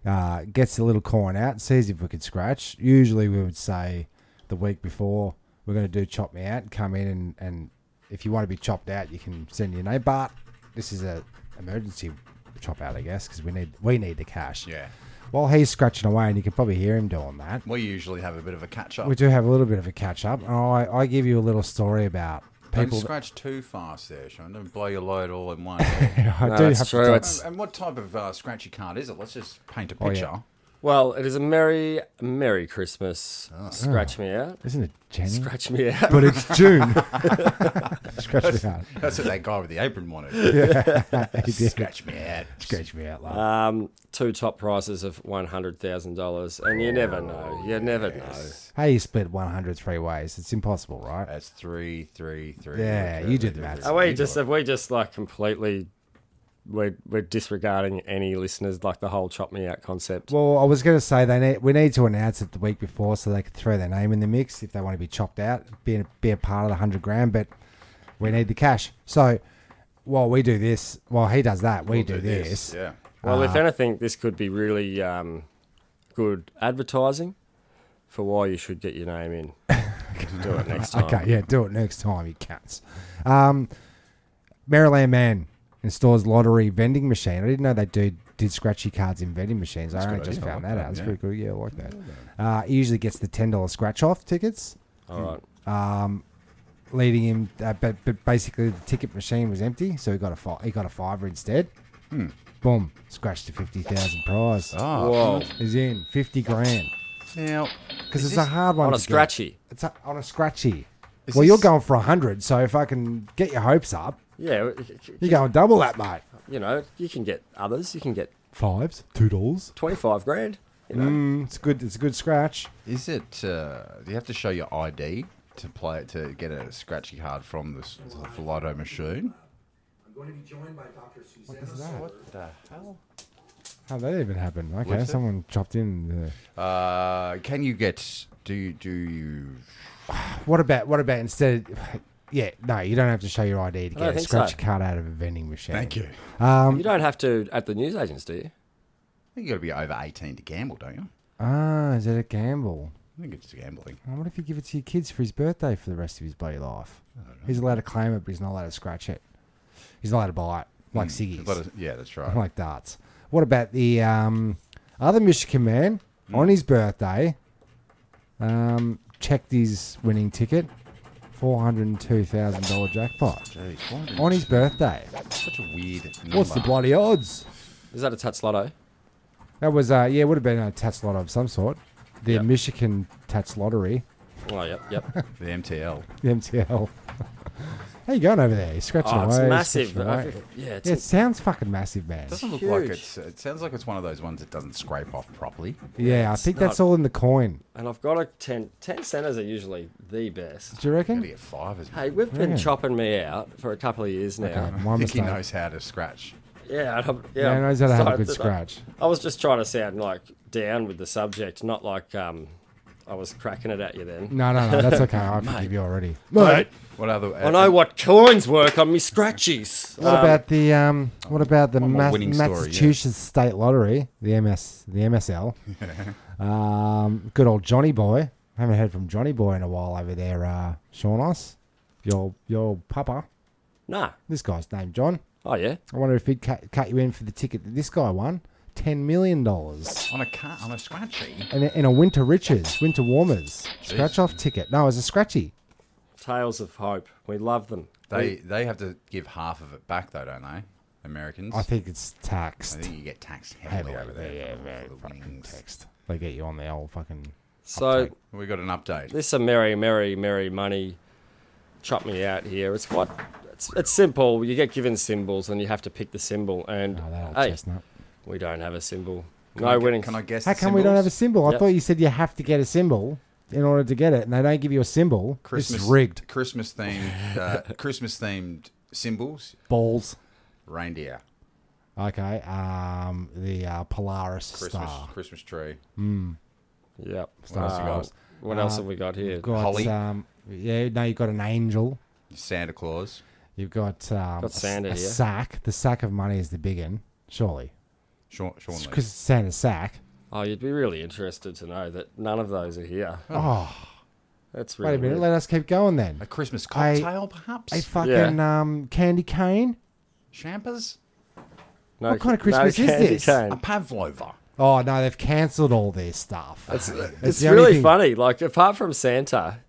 S3: uh, gets the little coin out, sees if we could scratch. Usually we would say the week before, we're going to do chop me out, come in and, and if you want to be chopped out, you can send your name. But this is a emergency chop out, I guess, because we need, we need the cash.
S5: Yeah.
S3: While he's scratching away, and you can probably hear him doing that,
S5: We usually have a bit of a catch up.
S3: we do have a little bit of a catch up. And I, I give you a little story about
S5: Don't
S3: people.
S5: scratch too fast there, Sean. Don't blow your load all in one.
S3: I
S4: No,
S3: do
S4: that's
S3: have to
S4: true.
S3: tell-
S4: It's,
S5: and what type of uh, scratchy card is it? Let's just paint a
S3: Oh, yeah.
S5: picture.
S4: well, it is a merry, merry Christmas.
S3: Oh,
S4: Scratch me out.
S3: Isn't it Jenny?
S4: Scratch me out.
S3: but it's June. Scratch me out.
S5: That's what that guy with the apron wanted.
S3: He did.
S5: Scratch me out.
S3: Scratch me out loud.
S4: Um, two top prizes of one hundred thousand dollars, and you never know.
S3: Oh,
S4: You never
S3: How you split 100 three ways? It's impossible, right?
S5: That's three, three, three.
S3: Yeah, you did the maths.
S4: know. Are we Oh, just have we just like completely? We're we're disregarding any listeners like the whole chop me out concept.
S3: Well, I was going to say they need, we need to announce it the week before so they can throw their name in the mix if they want to be chopped out, be a, be a part of the 100 grand, but we need the cash. So while we do this, while he does that, we do, this.
S5: Yeah.
S4: Well,
S3: uh,
S4: if anything, this could be really um, good advertising for why you should get your name in. Do it next time.
S3: Okay, yeah, do it next time, you cats. Um, Maryland man installs lottery vending machine. I didn't know they do did scratchy cards in vending machines. I only
S5: good
S3: just
S5: idea. I
S3: found
S5: like
S3: that
S5: that,
S3: out. That's
S5: yeah.
S3: pretty cool. Yeah, I like that. Uh, he usually gets the ten dollar scratch off tickets,
S4: All right.
S3: leading him. Uh, but but basically, the ticket machine was empty, so he got a fi- he got a fiver instead. Boom! Scratched the fifty thousand prize.
S5: Oh,
S4: Whoa.
S3: He's in fifty grand
S5: now
S3: because
S5: is
S3: it's a
S5: this-
S3: hard one
S4: On
S3: to
S4: a
S3: get.
S4: scratchy.
S3: It's a, on a scratchy.
S5: Is
S3: well, you're
S5: this-
S3: going for a hundred, so if I can get your hopes up,
S4: Yeah.
S3: You're going double that, mate.
S4: You know, you can get others. You can get
S3: Fives, two dollars.
S4: twenty-five grand. You know.
S3: Mm, it's good. It's a good scratch.
S5: Is it? Uh, do you have to show your ID to play to get a scratchy card from the s- the lotto machine? What the hell?
S3: How that even happened? Okay,
S5: What's that?
S3: someone chopped in. The...
S5: Uh, can you get? Do you do you?
S3: What about what about instead? Yeah, no, you don't have to show your ID to
S4: don't
S3: get a
S4: think
S3: scratch
S4: so.
S3: card out of a vending machine.
S5: you.
S3: Mm.
S4: you don't have to at the newsagents, do you?
S5: I think you got to be over eighteen to gamble, don't you?
S3: Ah, is it a gamble?
S5: I think it's gambling.
S3: I wonder if you give it to your kids for his birthday for the rest of his bloody life. He's allowed to claim it, but he's not allowed to scratch it. He's not allowed to buy it, like ciggies.
S5: But it- yeah, that's right.
S3: like darts. What about the um, other Michigan man on his birthday? Um, checked his winning ticket, four hundred and two thousand dollar jackpot
S5: Jeez, why did-
S3: on his birthday.
S5: such a weird. Number.
S3: What's the bloody odds?
S4: Is that a Tats Lotto?
S3: That was uh, yeah, it would have been a tats lot of some sort. The
S4: Yep.
S3: Michigan Tats Lottery,
S4: Oh, yep, yep.
S5: The MTL.
S3: the MTL. How you going over there? You're scratching
S4: Oh,
S3: away.
S4: it's
S3: you're
S4: massive.
S3: scratching
S4: I
S3: away.
S4: think- yeah, it's
S3: Yeah, it sounds fucking massive, man.
S5: Doesn't look like
S4: Huge.
S5: it's. It sounds like it's one of those ones that doesn't scrape off properly.
S3: Yeah, I
S4: it's
S3: think that's
S4: not-
S3: all in the coin.
S4: And I've got a 10, 10 centers are usually the best.
S3: Do you reckon?
S5: Maybe a five is.
S4: Hey, we've been chopping me out for a couple of years now.
S3: Okay,
S5: I
S3: my
S5: think he
S3: mistake.
S5: knows how to scratch.
S4: Yeah, and I'm, yeah.
S3: Yeah,
S4: I'm
S3: he knows how to have a
S4: sorry
S3: good
S4: that I-
S3: scratch.
S4: I, was just trying to sound like down with the subject, not like um, I was cracking it at you then.
S3: No, no, no. That's okay. I forgive you already.
S4: Mate.
S5: What other?
S4: I know what coins work on me scratchies.
S3: What about the um? What about the
S5: I'm a
S3: Mas-
S5: winning story, yeah.
S3: Massachusetts State Lottery, the MS, the MSL? um, good old Johnny Boy. Haven't heard from Johnny Boy in a while over there. Uh, Shaunos, your your papa.
S4: Nah.
S3: This guy's named John.
S4: Oh, yeah.
S3: I wonder if he'd cut, cut you in for the ticket that this guy won. Ten million dollars
S5: On a car, on a scratchy.
S3: in, a- in a winter riches, winter warmers scratch off ticket. No, it was a scratchy.
S4: Tales of Hope. We love them.
S5: They they have to give half of it back though, don't they? Americans.
S3: I think it's
S5: I
S3: taxed.
S5: think you get taxed heavily
S3: Heavily,
S5: over there.
S3: yeah,
S5: for
S3: very
S5: the
S3: fucking
S5: wings.
S3: taxed. They get you on the old fucking.
S4: So,
S5: We got an update.
S4: this a merry, merry, merry money chop me out here. It's what. It's, it's simple. You get given symbols and you have to pick the symbol. And
S3: Oh, that old
S4: hey,
S3: chestnut.
S4: we don't have a symbol.
S5: I
S4: No
S5: gu-
S4: winning.
S5: Can I guess?
S3: How
S5: the
S3: come we don't have a
S5: symbols?
S3: symbol? I
S4: Yep.
S3: thought you said you have to get a symbol in order to get it, and they don't give you a symbol. Christmas it's rigged.
S5: Christmas themed. Uh, Christmas themed symbols.
S3: Balls.
S5: Reindeer.
S3: Okay. Um, the uh, Polaris
S5: Christmas.
S3: star.
S5: Christmas tree.
S4: Yep.
S5: What else you
S4: Uh,
S5: got?
S4: what else have we got here?
S3: You've Uh, got,
S5: Holly.
S3: Um, yeah. No, you've got an angel.
S5: Santa Claus.
S3: You've got, um,
S4: Got
S3: a s-
S4: Santa
S3: a,
S4: here.
S3: sack. The sack of money is the big one, surely,
S5: Sean. Sean Lee.
S3: because it's Santa's sack.
S4: Oh, you'd be really interested to know that none of those are here.
S3: Oh,
S4: That's
S3: wait
S4: really
S3: a minute.
S4: weird.
S3: Let us keep going then.
S5: A Christmas
S3: I-
S5: cocktail, perhaps.
S3: A fucking um, candy cane.
S5: Champers.
S4: No,
S3: what kind of
S4: no
S3: Christmas is
S4: candy
S3: this?
S4: cane.
S5: A pavlova.
S3: Oh no, they've cancelled all their stuff.
S4: It's,
S3: That's
S4: it's
S3: the only
S4: really
S3: thing.
S4: funny. Like apart from Santa,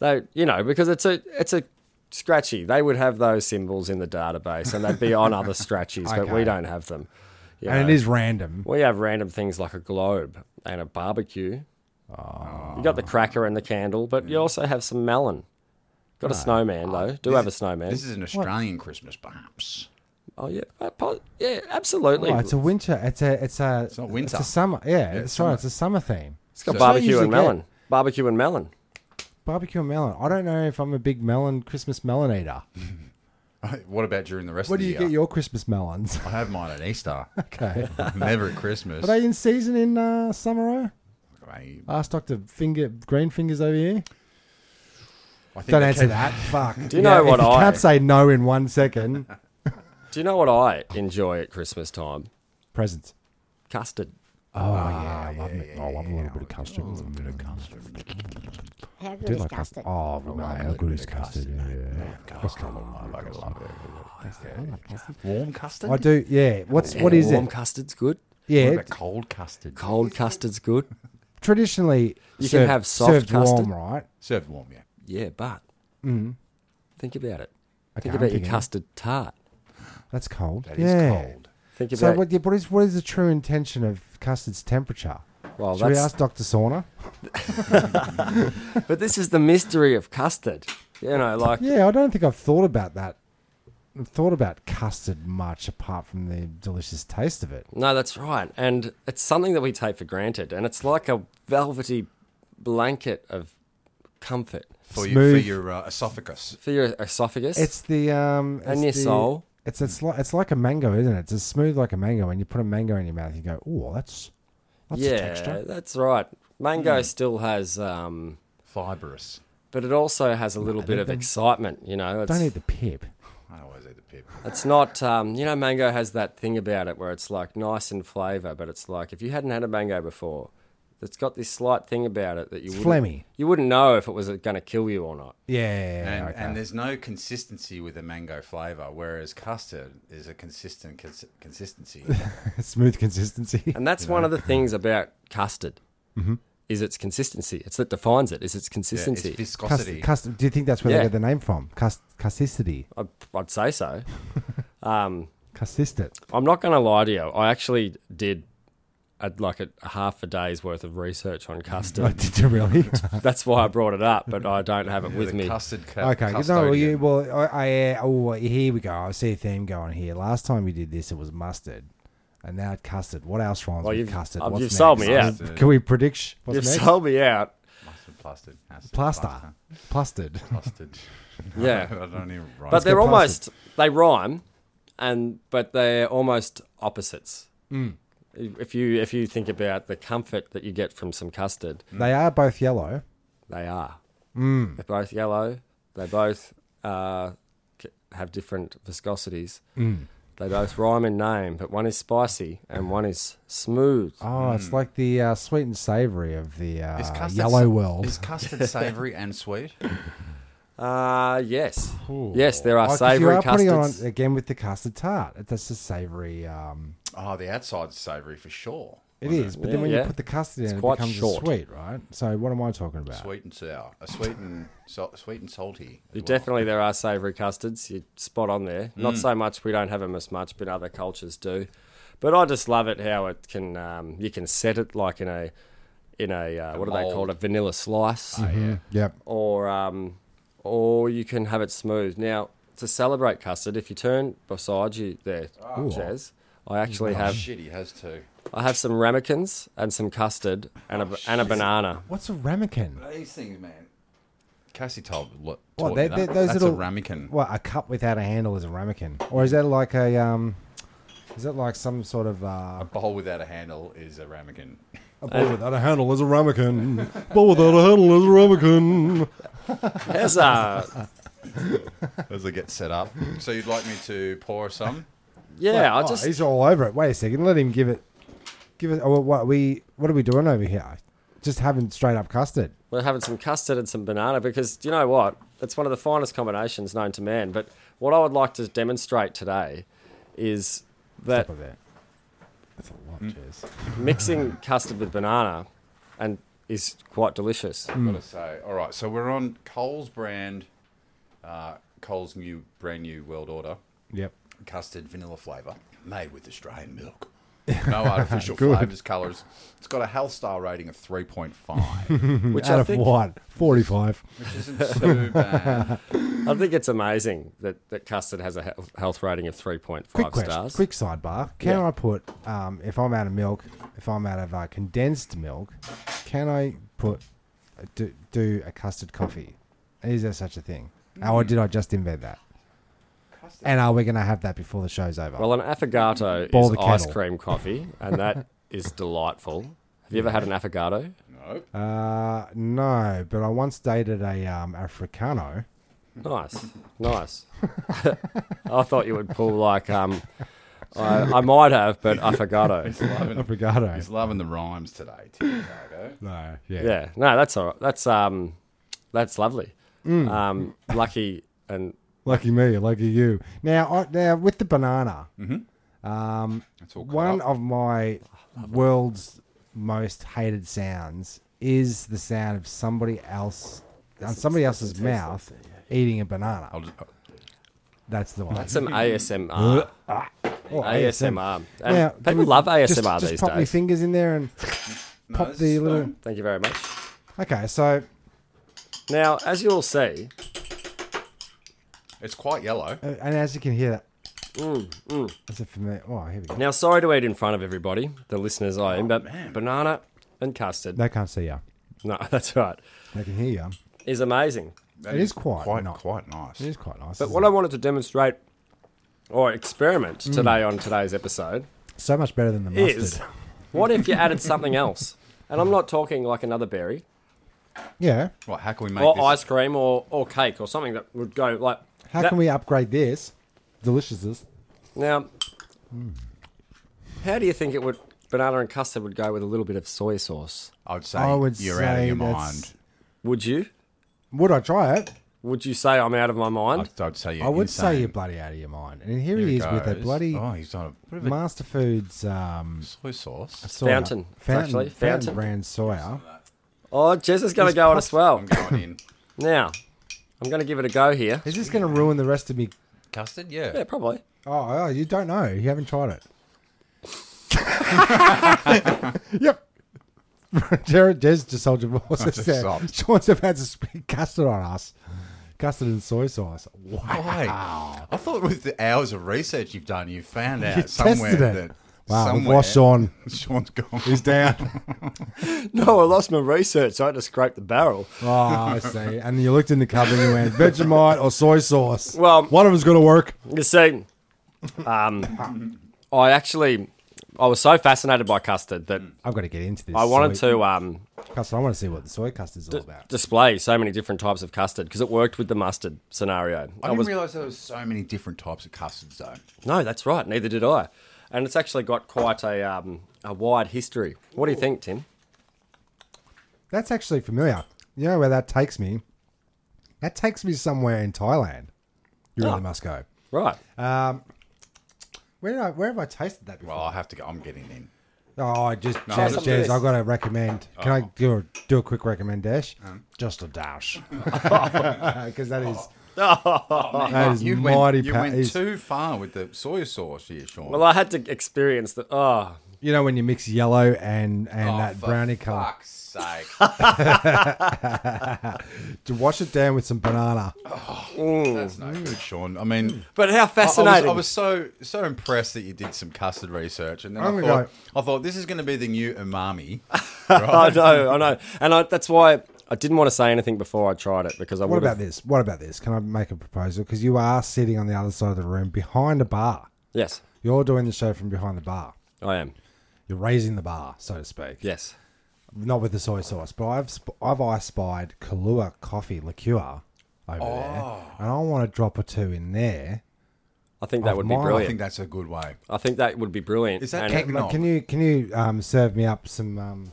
S4: they you know because it's a it's a scratchy. They would have those symbols in the database, and they'd be on other scratchies, but
S3: Okay.
S4: we don't have them. You
S3: and
S4: know.
S3: it is random.
S4: We have random things like a globe and a barbecue. You got the
S3: Ah.
S4: cracker and the candle, but you also have some melon. Got a snowman
S3: Ah,
S4: though. Do have a snowman.
S5: This is an Australian Christmas, perhaps.
S4: oh yeah, uh, po- yeah, absolutely.
S3: Oh, it's a winter. It's a. It's a. It's
S5: not winter.
S3: It's a summer. Yeah, it's right. It's a summer theme.
S4: It's got
S5: So-
S4: barbecue
S3: So I usually
S4: and melon. Barbecue and melon.
S3: Barbecue and melon. I don't know if I'm a big melon Christmas melon eater.
S5: What about during the rest
S3: Where
S5: of
S3: do
S5: the
S3: you
S5: year?
S3: get your Christmas melons?
S5: I have mine at Easter.
S3: Okay.
S5: Never at
S3: Are
S5: Christmas.
S3: they in season in uh, summer?
S5: I,
S3: oh? Ask Doctor Finger Green Fingers over here.
S5: I think
S3: Don't
S5: they
S3: answer
S5: kept-
S3: that. Fuck. Do
S4: you know what
S3: if you
S4: I-
S3: can't say no in one second?
S4: Do you know what I enjoy at Christmas time?
S3: Presents.
S4: Custard.
S3: Oh yeah, I love it. Oh, I love a little bit of custard. A little bit of custard.
S6: How good
S3: Do
S6: is
S3: like custard.
S6: custard?
S3: Oh, man, how good is custard? Yeah, yeah.
S5: Warm custard.
S3: I do. Yeah. What's what is
S4: warm
S3: it?
S4: custard's good.
S5: What
S3: Yeah.
S5: about cold custard?
S4: Cold custard's good.
S3: Traditionally,
S4: You can
S3: served-
S4: have soft
S3: served
S4: custard.
S3: warm, right?
S5: Served warm, yeah.
S4: Yeah, but
S3: Mm-hmm.
S4: think about it.
S3: Okay,
S4: think
S3: I'm
S4: about your
S3: thinking.
S4: custard tart.
S3: That's cold.
S5: That is
S3: yeah.
S5: cold.
S4: Think
S3: So
S4: about
S3: what, yeah, what is what is the true intention of custard's temperature?
S4: well,
S3: Should we
S4: Oh, that's,
S3: ask Doctor Sauna?
S4: but this is the mystery of custard. You know, like
S3: Yeah, I don't think I've thought about that. I've thought about custard much apart from the delicious taste of it.
S4: no, that's right, and it's something that we take for granted, and it's like a velvety blanket of comfort
S5: For, your, for
S3: Smooth.
S5: your uh, esophagus.
S4: for your esophagus.
S3: It's the um it's
S4: And your
S3: the-
S4: soul.
S3: It's it's like it's like a mango, isn't it? It's as smooth like a mango. When you put a mango in your mouth, you go, "Oh, that's that's a
S4: yeah,
S3: texture." Hmm.
S4: that's right. Mango still has. Um,
S5: Fibrous.
S4: but it also has a little bit of excitement. You know, it's,
S3: Don't eat the pip.
S5: I always eat the pip.
S4: it's not. Um, you know, mango has that thing about it where it's like nice in flavour, but it's like if you hadn't had a mango before, it's got this slight thing about it that you
S3: It's
S4: wouldn't-
S3: phlegmy.
S4: You wouldn't know if it was going to kill you or not.
S3: Yeah, yeah, yeah,
S5: And,
S3: okay.
S5: and there's no consistency with the mango flavour, whereas custard is a consistent cons- consistency.
S3: smooth consistency.
S4: And that's one of the things about custard
S3: Mm-hmm.
S4: is its consistency. It's that defines it. Is its
S5: it's
S4: consistency.
S5: viscosity.
S3: Custard, custard. Do you think that's where they
S4: Yeah.
S3: get the name from? Cust, custodicity.
S4: I'd, I'd say so. um,
S3: Custist it.
S4: I'm not going to lie to you. I actually did a, like a, a half a day's worth of research on custard.
S3: Did you really?
S4: That's why I brought it up, but I don't have it with
S5: the
S4: me.
S5: Custard ca-
S3: okay. No, well, you, well I, I, oh, here we go. I see a theme going here. Last time we did this, it was mustard. And now it's custard. What else rhymes
S4: Well,
S3: with
S4: you've-
S3: custard?
S4: uh,
S3: What's
S4: you've
S3: next?
S4: sold me out.
S3: Can we predict sh- what's
S4: You've
S3: next?
S4: sold me out.
S5: Mustard, plastered. acid,
S3: Plaster. Plastered.
S5: Plastered.
S4: Yeah.
S5: I don't even write.
S4: but they're
S3: get
S4: almost
S3: past
S4: they rhyme and but they're almost opposites
S3: Hmm.
S4: if you if you think about the comfort that you get from some custard
S3: They are both yellow.
S4: they are
S3: Hmm.
S4: they're both yellow they both uh, c- have different viscosities
S3: Hmm.
S4: they both rhyme in name but one is spicy and one is smooth
S3: Oh,
S4: Hmm.
S3: it's like the uh, sweet and savory of the uh,
S5: Is custard
S3: yellow
S5: sa-
S3: world.
S5: Is custard savory and sweet?
S4: uh yes yes there
S3: Ah. Oh,
S4: are
S3: 'cause you
S4: savory
S3: are putting it
S4: custards
S3: on again with the custard tart. It- That's a savory. Um,
S5: Oh, the outside's savory for sure.
S3: it is, but then when
S4: Yeah.
S3: you put the custard in,
S4: It's
S3: it
S4: quite
S3: becomes
S4: short.
S3: a sweet, right? So what am I talking about?
S5: Sweet and sour. Uh, sweet and sal- sweet and salty. as
S4: You
S5: well.
S4: Definitely, there are savoury custards. You're spot on there. Not so much we don't have them as much, but other cultures do. But I just love it how it can um, you can set it like in a in a uh, what are they
S5: mould.
S4: called a vanilla slice,
S3: Oh, Yep.
S4: or um, or you can have it smooth. Now to celebrate custard, if you turn beside you there, Jazz, I actually
S5: Oh,
S4: have
S5: shit, he has two.
S4: I have some ramekins and some custard and a and a banana.
S3: What's a ramekin?
S5: These things, man. Cassie told lo-
S3: What
S5: taught
S3: they,
S5: me
S3: they-
S5: that.
S3: those
S5: That's
S3: little
S5: a ramekin.
S3: What a cup without a handle is a ramekin, or is that like a um? Is that like some sort of uh,
S5: A bowl without a handle is a ramekin.
S3: a ball without a handle is a ramekin? ball without a handle is a ramekin.
S4: There's a
S5: As they get set up. So you'd like me to pour some?
S4: yeah. I
S3: Oh,
S4: just
S3: he's all over it. Wait a second, let him give it. Give it. Oh, what we? What are we doing over here? Just having straight up custard.
S4: We're having some custard and some banana because do you know what? It's one of the finest combinations known to man. But what I would like to demonstrate today is that
S3: Stop it. That's a
S4: Mm.
S3: lot, Oh, cheers.
S4: mixing custard with banana and is quite delicious.
S5: Gotta say. All right, so we're on Coles brand, uh, Coles new brand new world order
S3: Yep.
S5: custard vanilla flavour made with Australian milk. No artificial flavours, colours. It's got a health star rating of three point five,
S4: Which
S3: Out
S4: I
S3: of
S4: think,
S3: what? Forty-five.
S5: which isn't too bad.
S4: I think it's amazing that, that custard has a he- health rating of 3.5
S3: Quick question.
S4: stars.
S3: Quick sidebar. Can
S4: Yeah.
S3: I put um, if I'm out of milk, if I'm out of uh, condensed milk, can I put uh, do, do a custard coffee? Is there such a thing?
S4: Mm.
S3: Or did I just invent that? And are we going to have that before the show's over?
S4: Well, an affogato
S3: Boil
S4: is
S3: the
S4: ice
S3: kettle.
S4: cream coffee, and that is delightful. Have you ever had an affogato?
S5: Nope.
S3: uh, no, but I once dated a um, Africano.
S4: Nice, nice. I thought you would pull like um, I, I might have, but I forgot it.
S5: He's loving,
S3: Africano.
S5: he's loving the rhymes today, Tim Cargo.
S3: No, yeah.
S4: Yeah, no, that's all right. That's um, that's lovely.
S3: Mm.
S4: Um, lucky and
S3: Lucky me, lucky you. Now, I, now with the banana,
S5: Mm. It's all
S3: One
S5: one
S3: of my world's most hated sounds is the sound of somebody else on somebody else's mouth eating a banana.
S5: I'll just, uh,
S3: That's the one.
S4: that's some ASMR.
S3: Oh,
S4: ASMR. And
S3: Now,
S4: people
S3: can we
S4: love ASMR
S3: just- just
S4: these
S3: pop my
S4: days.
S3: fingers in there and
S5: No,
S3: pop
S5: this
S3: the
S5: is um,
S3: little.
S5: fine.
S4: Thank you very much.
S3: Okay, so
S4: Now, as you'll see,
S5: it's quite yellow.
S3: uh, and as you can hear that, that's a familiar. Oh, here we go.
S4: mm, now, sorry to eat in front of everybody, the listeners I am,
S3: Oh,
S4: but
S5: man.
S4: banana and custard.
S3: They can't see you.
S4: No, that's right.
S3: They can hear you.
S4: Is amazing.
S5: That
S3: is quite
S5: quite,
S3: nice.
S5: quite nice.
S3: It is quite nice.
S4: But
S3: isn't
S4: what
S3: it?
S4: I wanted to demonstrate or experiment today on today's episode
S3: so much better than the mustard.
S4: is what if you added something else? And I'm not talking like another berry
S3: Yeah.
S5: What? How can we make
S4: or
S5: this?
S4: ice cream or, or cake or something that would go like.
S3: How
S4: that-
S3: can we upgrade this? Deliciousness.
S4: Now, how do you think it would. Banana and custard would go with a little bit of soy sauce.
S5: I would say
S3: I would
S5: you're
S3: say
S5: out of your
S3: that's-
S5: mind.
S4: Would you?
S3: Would I try it?
S4: Would you say I'm out of my mind?
S5: I'd, I'd say you're
S3: I would
S5: insane.
S3: say you're bloody out of your mind. And here,
S5: Here
S3: he
S5: it
S3: is with a
S5: goes.
S3: bloody
S5: Oh, he's done a bit of a
S3: Master Foods um,
S5: soy sauce.
S3: soya.
S4: Fountain, it's
S3: fountain,
S4: actually
S3: fountain
S4: fountain.
S3: brand soya.
S4: Oh, Jez is going
S3: He's
S4: to go on
S3: puffed-
S4: as well.
S5: I'm going in.
S4: Now, I'm going to give it a go here.
S3: Is this going to ruin the rest of me?
S5: Custard? Yeah.
S4: Yeah, probably.
S3: Oh, oh, you don't know. You haven't tried it. Yep. Jared Jez just sold your voice.
S5: just sobbed.
S3: Sean's about to spit custard on us. Custard and soy sauce. Wow.
S5: Wow. I thought with the hours of research you've done, you found out
S3: You
S5: somewhere
S3: tested it.
S5: that.
S3: Wow, we've
S5: somewhere,
S3: lost Sean.
S5: Sean's gone.
S3: He's down.
S4: No, I lost my research, so I had to scrape the barrel.
S3: oh, I see. And you looked in the cupboard and you went, Vegemite or soy sauce?
S4: Well-
S3: one of them's going to work.
S4: You see, um, I actually, I was so fascinated by custard that
S3: I've got to get into this.
S4: I wanted
S3: soy
S4: to um,
S3: Custard. I want to see what the soy custard's all about.
S4: display so many different types of custard because it worked with the mustard scenario.
S5: I
S4: I
S5: didn't
S4: was
S5: realize there was so many different types of custards, though.
S4: no, that's right. Neither did I. And it's actually got quite a um, a wide history. What do you think, Tim?
S3: That's actually familiar. You know where that takes me? That takes me somewhere in Thailand. You really
S4: Oh.
S3: must go.
S4: Right.
S5: Uh,
S3: Where, did I, where have I tasted that before?
S5: Well, I have to go. I'm getting in.
S3: Oh, I just
S5: No, Oh.
S3: Jez,
S5: just-
S3: Jez, I've got to recommend. Can I do a, do a quick recommend dash?
S5: Uh-huh.
S3: Just a dash, because that is that is
S5: You Oh, went,
S3: mighty.
S5: you
S3: pa-
S5: went
S3: is-
S5: too far with the soy sauce here, Sean.
S4: well, I had to experience the. Oh,
S3: you know when you mix yellow and and
S5: Oh,
S3: that
S5: for
S3: brownie color,
S5: Fuck's sake.
S3: to wash it down with some banana.
S5: Oh, That's no good, Sean. I mean,
S4: but how
S5: I- I was- I
S4: fascinating!
S5: was, so so impressed that you did some custard research, and then
S3: I'm
S5: I
S3: gonna
S5: thought, I thought this is going to be the new umami.
S4: I know, I know, and I, that's why I didn't want to say anything before I tried it because I
S3: What
S4: would
S3: about this? What about this? Can I make a proposal? Because you are sitting on the other side of the room, behind a bar.
S4: Yes,
S3: You're doing the show from behind the bar.
S4: I am.
S3: You're raising the bar, so to speak.
S4: Yes.
S3: Not with the soy sauce, but I've sp- I've I spied Kahlua coffee liqueur over
S4: Oh.
S3: there, and I want a drop or two in there.
S4: I think that
S3: Of
S4: would be
S3: mine, I
S5: I
S4: brilliant.
S5: think that's a good way.
S4: I think that would be brilliant.
S5: Is that
S4: And-
S5: cake-
S3: Mate,
S5: No.
S3: Can you can you um, serve me up some? Um,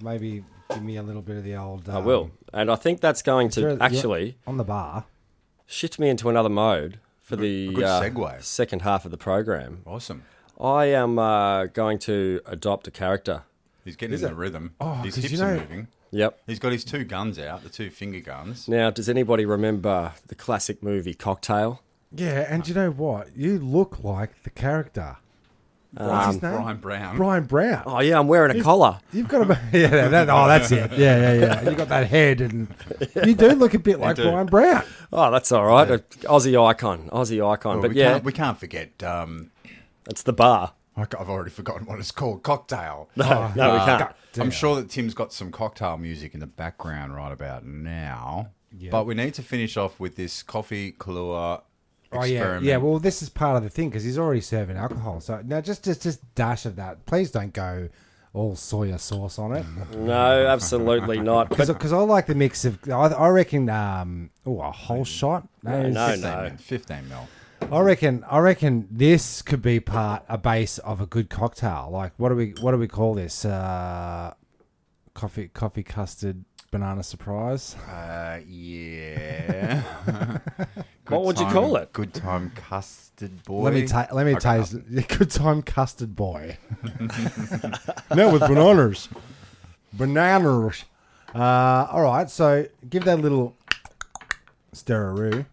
S3: maybe give me a little bit of the old. Um,
S4: I will, and I think that's going
S3: you're-
S4: to
S3: you're
S4: actually
S3: on the bar.
S4: shift me into another mode for the
S5: good
S4: uh,
S5: segue.
S4: second half of the program.
S5: Awesome.
S4: I am uh, going to adopt a character.
S5: He's getting in the rhythm.
S3: Oh,
S5: his
S3: 'cause
S5: hips
S3: you
S5: are
S3: know-
S5: moving.
S4: Yep.
S5: He's got his two guns out, the two finger guns.
S4: Now, does anybody remember the classic movie Cocktail?
S3: Yeah, and you know what? You look like the character.
S5: Brian,
S3: his name?
S5: Brian Brown.
S3: Brian Brown.
S4: Um, Oh yeah, I'm wearing a collar.
S3: You've got a yeah. That, oh, that's it. Yeah, yeah, yeah. You got that head, and you do look a bit like
S5: do.
S3: Brian Brown.
S4: Oh, that's all right. A Aussie icon, Aussie icon.
S5: Well,
S4: but
S5: we
S4: yeah,
S5: can't, we can't forget. Um,
S4: it's the bar.
S5: I ca- I've already forgotten what it's called. Cocktail. Uh,
S4: no, we can't.
S5: I'm sure that Tim's got some cocktail music in the background right about now. But we need to finish off with this coffee Kahlua
S3: Oh yeah,
S5: experiment.
S3: yeah. Well, this is part of the thing because he's already serving alcohol. So now, just just just dash of that. Please don't go all soya sauce on it.
S4: No, absolutely not. Mm. But
S3: Because I like the mix of. I, I reckon. Um, oh, a whole shot. No,
S4: no,
S5: 15
S4: no.
S5: mil. 15 mil.
S3: I reckon. I reckon this could be part a base of a good cocktail. Like what do we what do we call this? Uh, coffee coffee custard banana surprise.
S5: Uh, yeah. Good
S4: What would you
S5: time-
S4: call it?
S5: Good time custard boy.
S3: Let me ta- let me
S5: Okay,
S3: taste good time custard boy. no, with bananas, bananas. Uh, all right, so give that a little stirreroo.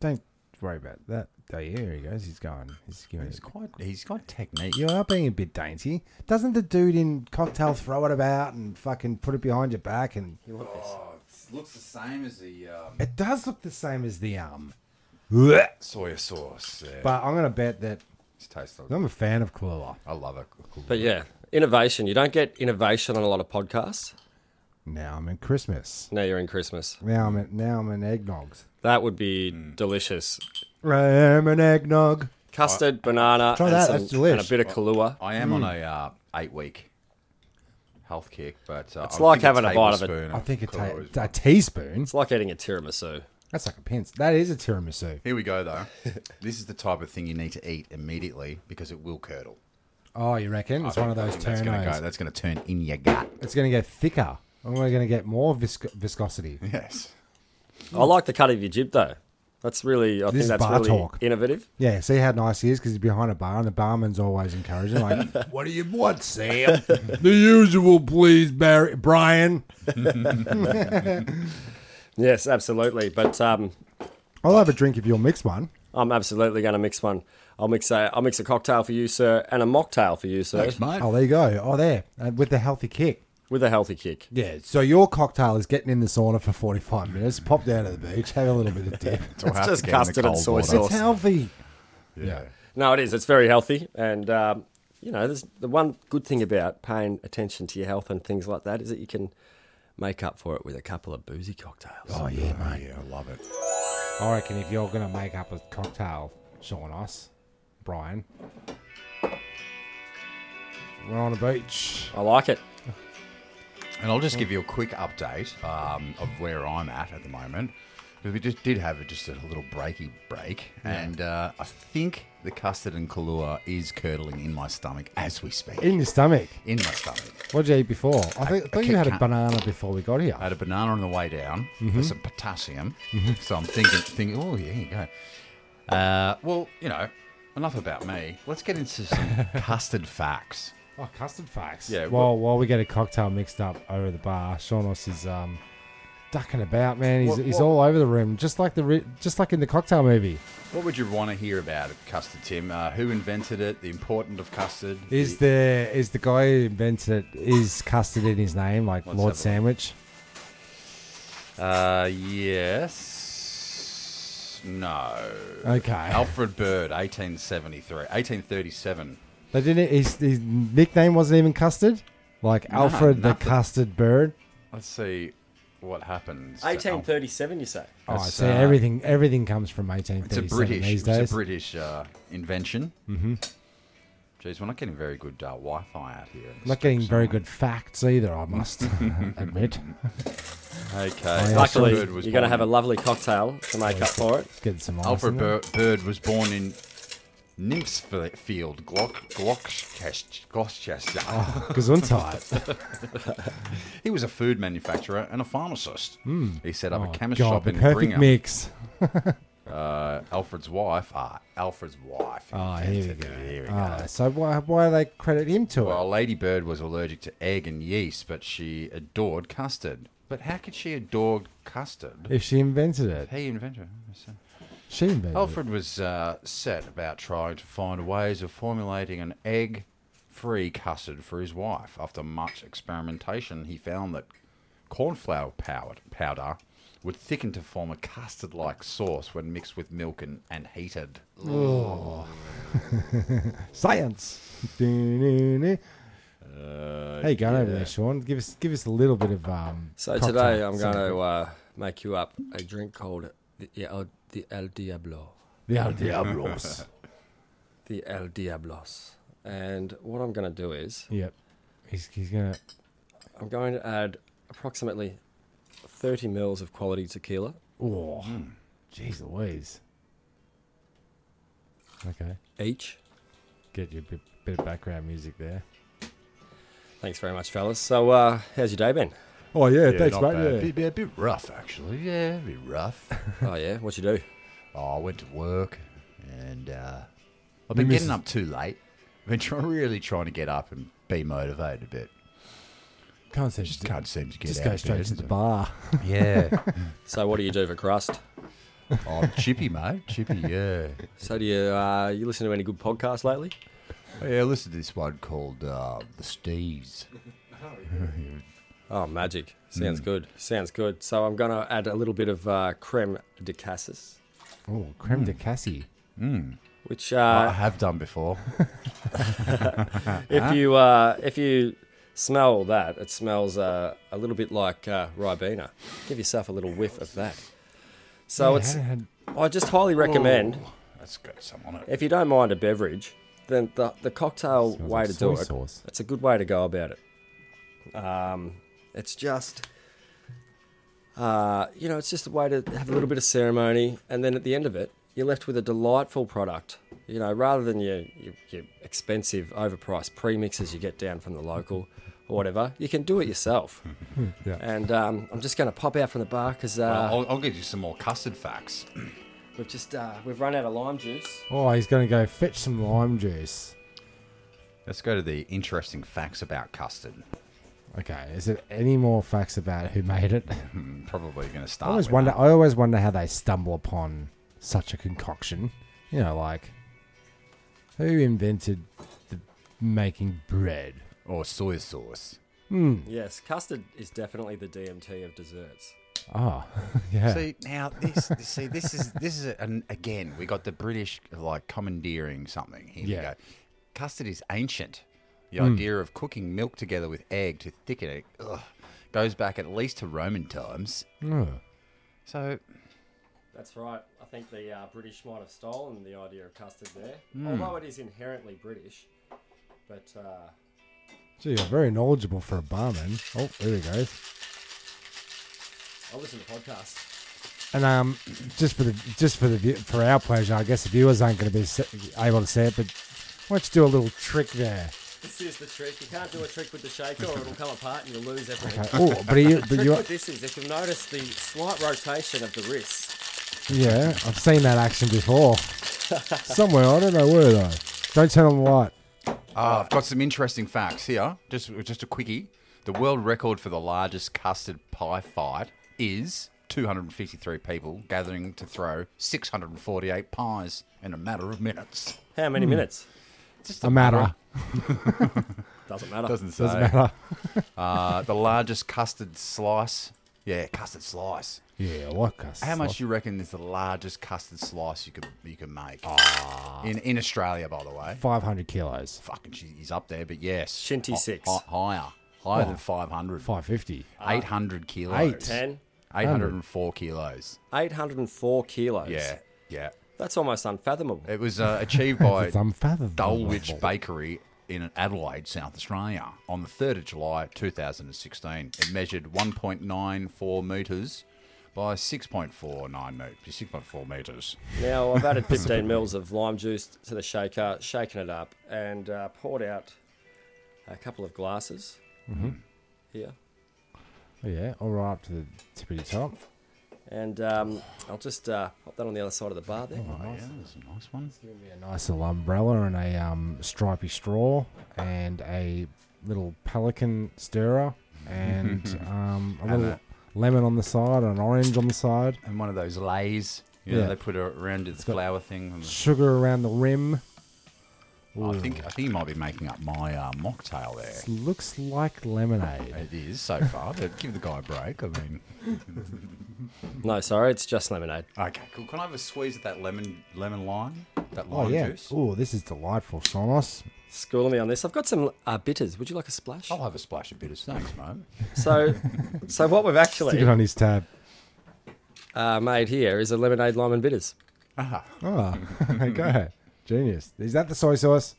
S3: Don't worry about that. Oh yeah, here he goes. He's going. He's giving.
S5: He's quite. He's got technique.
S3: You are being a bit dainty. Doesn't the dude in cocktail throw it about and fucking put it behind your back? And
S5: Oh, looks the same as the um,
S3: it does look the same as the um.
S5: soy sauce. Yeah.
S3: But I'm gonna bet that
S5: it's tasteless.
S3: I'm a fan of Kahlua.
S5: I love it.
S4: But yeah, innovation. You don't get innovation on a lot of podcasts.
S3: Now I'm in Christmas.
S4: Now you're in Christmas.
S3: Now I'm at, now I'm in eggnogs.
S4: That would be
S5: Hmm.
S4: delicious.
S3: I am an eggnog.
S4: Custard, banana,
S3: Try
S4: and,
S3: that,
S4: some-
S3: that's delish.
S4: and a bit of Kahlua.
S5: I am on
S3: Mm.
S5: a uh, eight week health kick, but uh,
S4: It's
S5: I
S4: like
S5: think a
S4: having a bite of it.
S5: tablespoon
S3: I think a, ta-
S5: Kahlua is-
S3: a teaspoon.
S4: It's like eating a tiramisu.
S3: That's like a pinch. That is a tiramisu.
S5: Here we go, though. this is the type of thing you need to eat immediately because it will curdle.
S3: Oh, you reckon? It's one of those
S5: That's going to go.
S3: turnos.
S5: That's going to turn in your gut.
S3: It's going to get thicker. I'm going to get more visco- viscosity.
S5: Yes.
S4: I like the cut of your jib though. That's really, I
S3: is
S4: think that's
S3: bar
S4: really
S3: talk.
S4: innovative.
S3: Yeah, see how nice he is because he's behind a bar and the barman's always encouraging. Like, what do you want, Sam? the usual, please, Barry, Brian.
S4: Yes, absolutely. But um,
S3: I'll have a drink if you'll mix one.
S4: I'm absolutely going to mix one. I'll mix a I'll mix a cocktail for you, sir, and a mocktail for you, sir,
S5: Thanks, mate.
S3: Oh, there you go. Oh, there uh, with the healthy kick.
S4: with a healthy kick.
S3: Yeah. So your cocktail is getting in the sauna for forty-five minutes. Pop down to the beach, have a little bit of dip.
S5: It's all hard to
S4: just
S5: get in the
S4: custard and
S5: cold
S4: soy
S5: water.
S4: sauce.
S3: it's healthy.
S5: Yeah.
S4: No, it is. It's very healthy, and um, you know, there's the one good thing about paying attention to your health and things like that is that you can make up for it with a couple of boozy cocktails.
S3: Oh yeah,
S5: Oh,
S3: mate.
S5: yeah, I love it.
S3: I reckon if you're gonna make up a cocktail, Sean us, Brian, we're on a beach.
S4: I like it.
S5: And I'll
S3: Mm.
S5: just give you a quick update um, of where I'm at at the moment. Because we just did have just a little breaky break. And uh, I think the custard and Kahlua is curdling in my stomach as we speak.
S3: In your stomach.
S5: In my stomach.
S3: What did you eat before? I, think, I thought
S5: Kit
S3: you had a
S5: Kat.
S3: banana before we got here.
S5: I had a banana on the way down
S3: Mm-hmm.
S5: for some potassium. So I'm thinking, thinking, oh, yeah, here you go. Uh, well, you know, enough about me. Let's get into some custard facts.
S3: Oh, custard facts.
S5: Yeah,
S3: While while we get a cocktail mixed up over the bar, Seanos is um ducking about, man. He's,
S5: What-
S3: he's
S5: what-
S3: all over the room, just like the ri- just like in the cocktail movie.
S5: What would you want to hear about custard, Tim? Uh, who invented it? The importance of custard?
S3: Is
S5: the-
S3: the is the guy who invented it is custard in his name, like
S5: Let's have a
S3: Lord
S5: look.
S3: Sandwich?
S5: Uh, yes. No.
S3: Okay.
S5: Alfred Bird, 1873. 1837.
S3: They didn't. His, his nickname wasn't even custard, like Alfred the
S5: nothing.
S3: Custard Bird.
S5: Let's see what happens. to Al-
S4: 1837, you say?
S3: Oh, I
S5: That's,
S3: see.
S5: uh,
S3: everything everything comes from
S5: It's a
S3: 1837
S5: British,
S3: these
S5: it's
S3: days.
S5: a British uh, invention. Mm-hmm. Jeez, we're not getting very good uh, Wi-Fi out here. in the
S3: Not getting
S5: streets,
S3: very
S5: are we?
S3: good facts either, I must admit.
S5: Okay.
S4: Luckily,
S5: Alfred Bird was
S4: you're going to
S5: born
S4: have a
S5: in-
S4: lovely cocktail to make up for it.
S3: Get some ice
S5: Alfred
S3: in there.
S5: Bir- Bird was born in Nymphsfield, Glock, Glockchest- Gloucester.
S3: Gesundheit.
S5: He was a food manufacturer and a pharmacist. He set up
S3: Oh,
S5: a chemist
S3: God,
S5: shop
S3: the
S5: in
S3: perfect
S5: Brigham.
S3: mix.
S5: Uh, Alfred's wife. Ah, Alfred's wife.
S3: Oh, here we
S5: Invented
S3: go.
S5: it. Here we
S3: Ah,
S5: go.
S3: so why, why do they credit him to it?
S5: Well, Lady Bird was allergic to egg and yeast, but she adored custard. But how could she adore custard?
S3: If she invented it,
S5: He invented it.
S3: she invented it.
S5: Alfred was uh, set about trying to find ways of formulating an egg free custard for his wife. After much experimentation, he found that cornflour powered powder would thicken to form a custard like sauce when mixed with milk and, and heated.
S3: Science. Do-do-do.
S5: Uh,
S3: How you going over
S5: yeah.
S3: there, Sean? Give us give us a little bit of um.
S4: So
S3: cocktail
S4: today I'm going
S3: sample.
S4: to uh, make you up a drink called the, the, El, the El Diablo.
S3: the El Diablos.
S4: The El Diablos. And what I'm going to do is
S3: yep, he's he's gonna.
S4: I'm going to add approximately 30 mils of quality tequila.
S3: Oh, jeez Louise. Okay,
S4: each.
S3: get you a bit, bit of background music there.
S4: Thanks very much, fellas. So, uh, how's your day been?
S3: Oh yeah,
S5: Yeah,
S3: thanks,
S5: not bad.
S3: mate. Yeah.
S5: Bit, bit, bit rough, actually. Yeah, a bit rough.
S4: Oh yeah, what you do?
S5: Oh, I went to work and uh, I've been
S3: Miss-
S5: getting up too late. I've been try- really trying to get up and be motivated a bit.
S3: Can't say
S5: Just can't seem to get
S3: Just
S5: out
S3: go
S5: of
S3: straight
S5: bed.
S3: to the bar.
S5: Yeah.
S4: So, what do you do for crust?
S5: oh, chippy, mate. Chippy, yeah.
S4: So, do you uh, you listen to any good podcasts lately?
S5: Oh, yeah, listen to this one called uh, The Stees.
S4: Oh, magic! Sounds good. Sounds good. So, I'm gonna add a little bit of uh, creme de cassis,
S3: Oh, creme de cassie.
S4: which
S5: I
S4: uh,
S5: have done before.
S4: if you uh, if you smell that, it smells uh, a little bit like uh, ribena. Give yourself a little whiff of that. So,
S3: Yeah,
S4: it's
S3: had- had-
S4: I just highly recommend.
S5: Ooh, that's got some on it.
S4: If you don't mind a beverage, then the, the cocktail
S3: Smells
S4: way
S3: like
S4: to
S3: soy
S4: do it,
S3: sauce.
S4: it's a good way to go about it. Um, it's just, uh, you know, it's just a way to have a little bit of ceremony. And then at the end of it, you're left with a delightful product. You know, rather than your, your, your expensive, overpriced premixes you get down from the local or whatever, you can do it yourself.
S3: yeah.
S4: And um, I'm just going to pop out from the bar because uh,
S5: I'll, I'll give you some more custard facts.
S4: we've just uh, we've run out of lime juice.
S3: Oh, he's gonna go fetch some lime juice.
S5: Let's go to the interesting facts about custard.
S3: Okay, is it any more facts about who made it?
S5: I'm probably going to
S3: I
S5: start.
S3: always
S5: with
S3: wonder.
S5: that.
S3: I always wonder how they stumble upon such a concoction. You know, like who invented the making bread?
S5: Or soy sauce.
S4: Yes, custard is definitely the DMT of desserts.
S3: Oh, yeah.
S5: See now this, this see this is this is a, an, again we got the British like commandeering something. Here
S3: Yeah. Hmm.
S5: we go. Custard is ancient. The idea of cooking milk together with egg to thicken it ugh, goes back at least to Roman times.
S3: Oh.
S5: So
S4: That's right. I think the uh, British might have stolen the idea of custard there, although it is inherently British. But uh,
S3: Gee, you're very knowledgeable for a barman. Oh, there he goes.
S4: I listen to podcasts.
S3: And um, just for the just for the view- for our pleasure, I guess the viewers aren't going to be se- able to see it, but why don't you do a little trick there?
S4: This is the trick. You can't do a trick with the shaker, or it'll come apart and you'll lose everything.
S3: Okay. Oh, but you, but
S4: trick
S3: you,
S4: with this is if you'll notice the slight rotation of the wrists.
S3: yeah, I've seen that action before somewhere. I don't know where though. Don't turn on the light.
S5: Ah, I've got some interesting facts here. Just just a quickie. The world record for the largest custard pie fight is 253 people gathering to throw 648 pies in a matter of minutes.
S4: How many minutes?
S5: Just
S3: A matter.
S4: Doesn't matter.
S5: Doesn't say.
S3: Doesn't matter.
S5: Uh, the largest custard slice. Yeah, custard slice.
S3: Yeah, what? cuss?
S5: How much do you reckon is the largest custard slice you could you can make?
S3: Ah.
S5: In in Australia, by the way.
S3: Five hundred kilos.
S5: Fucking, she- he's up there, but yes,
S4: Shinty
S5: Hi-
S4: six.
S5: hi- higher, higher than 500.
S3: Oh. Five fifty.
S5: 800 kilos.
S3: Eight.
S4: 10,
S5: 804 kilos.
S4: 804 kilos.
S5: Yeah, yeah.
S4: That's almost unfathomable.
S5: It was uh, achieved by
S3: It's unfathomable.
S5: Dulwich Bakery in Adelaide, South Australia, on the 3rd of July 2016. It measured 1.94 metres by 6.49 metres. 6.4 metres.
S4: Now I've added 15 mils of lime juice to the shaker, shaken it up, and uh, poured out a couple of glasses here.
S3: Yeah, all right up to the tippity top.
S4: And um, I'll just uh, pop that on the other side of the bar there.
S5: Oh, yeah, that's a nice one.
S3: Yeah, a nice little umbrella and a um, stripy straw and a little pelican stirrer and um, a little lemon on the side and an orange on the side.
S5: And one of those lays. You know,
S3: Yeah.
S5: they put it around the flower thing. on the-
S3: Sugar around the rim.
S5: I think I think you might be making up my uh, mocktail there.
S3: Looks like lemonade.
S5: It is so far, but give the guy a break. I mean,
S4: No, sorry, it's just lemonade.
S5: okay, cool. Can I have a squeeze of that lemon lemon lime? That lime
S3: Oh, yeah.
S5: juice.
S3: Oh, this is delightful, Sonos.
S4: Schooling me on this. I've got some uh, bitters. Would you like a splash?
S5: I'll have a splash of bitters. Thanks, mate.
S4: So, so what we've
S3: Stick it
S4: actually
S3: on his tab.
S4: uh, made here is a lemonade, lime, and bitters.
S3: Oh, okay. Genius. Is that the soy sauce?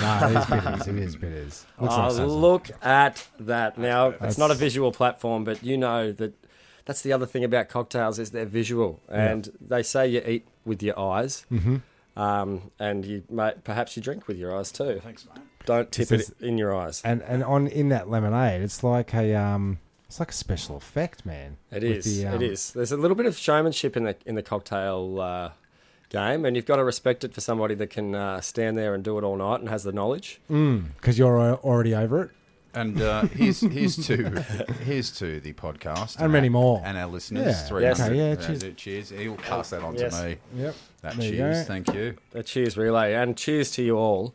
S3: No, it is bitters. It is bitters. Looks like
S4: Oh,
S3: soy sauce.
S4: look at that. Now, it's not a visual platform, but you know that that's the other thing about cocktails is they're visual. And they say you eat with your eyes.
S3: Mm-hmm.
S4: Um, and you may, perhaps you drink with your eyes too.
S5: Thanks, mate.
S4: Don't tip
S3: This
S4: it in your eyes.
S3: and and on in that lemonade, it's like a um, it's like a special effect, man.
S4: It
S3: With
S4: is.
S3: the, um,
S4: it is. There's a little bit of showmanship in the in the cocktail uh, game, and you've got to respect it for somebody that can uh, stand there and do it all night and has the knowledge.
S3: because you're al- already over it.
S5: And uh, here's here's to here's to the podcast
S3: And many
S5: our-
S3: more.
S5: and our listeners.
S3: Yeah.
S5: Three
S4: Yes.
S5: hundred.
S3: Okay, yeah,
S5: Uh,
S3: cheers.
S5: cheers. He'll pass that on
S4: Yes.
S5: to me.
S3: Yep.
S5: That
S3: There you
S5: cheers.
S3: go.
S5: Thank you.
S4: A cheers relay, and cheers to you all.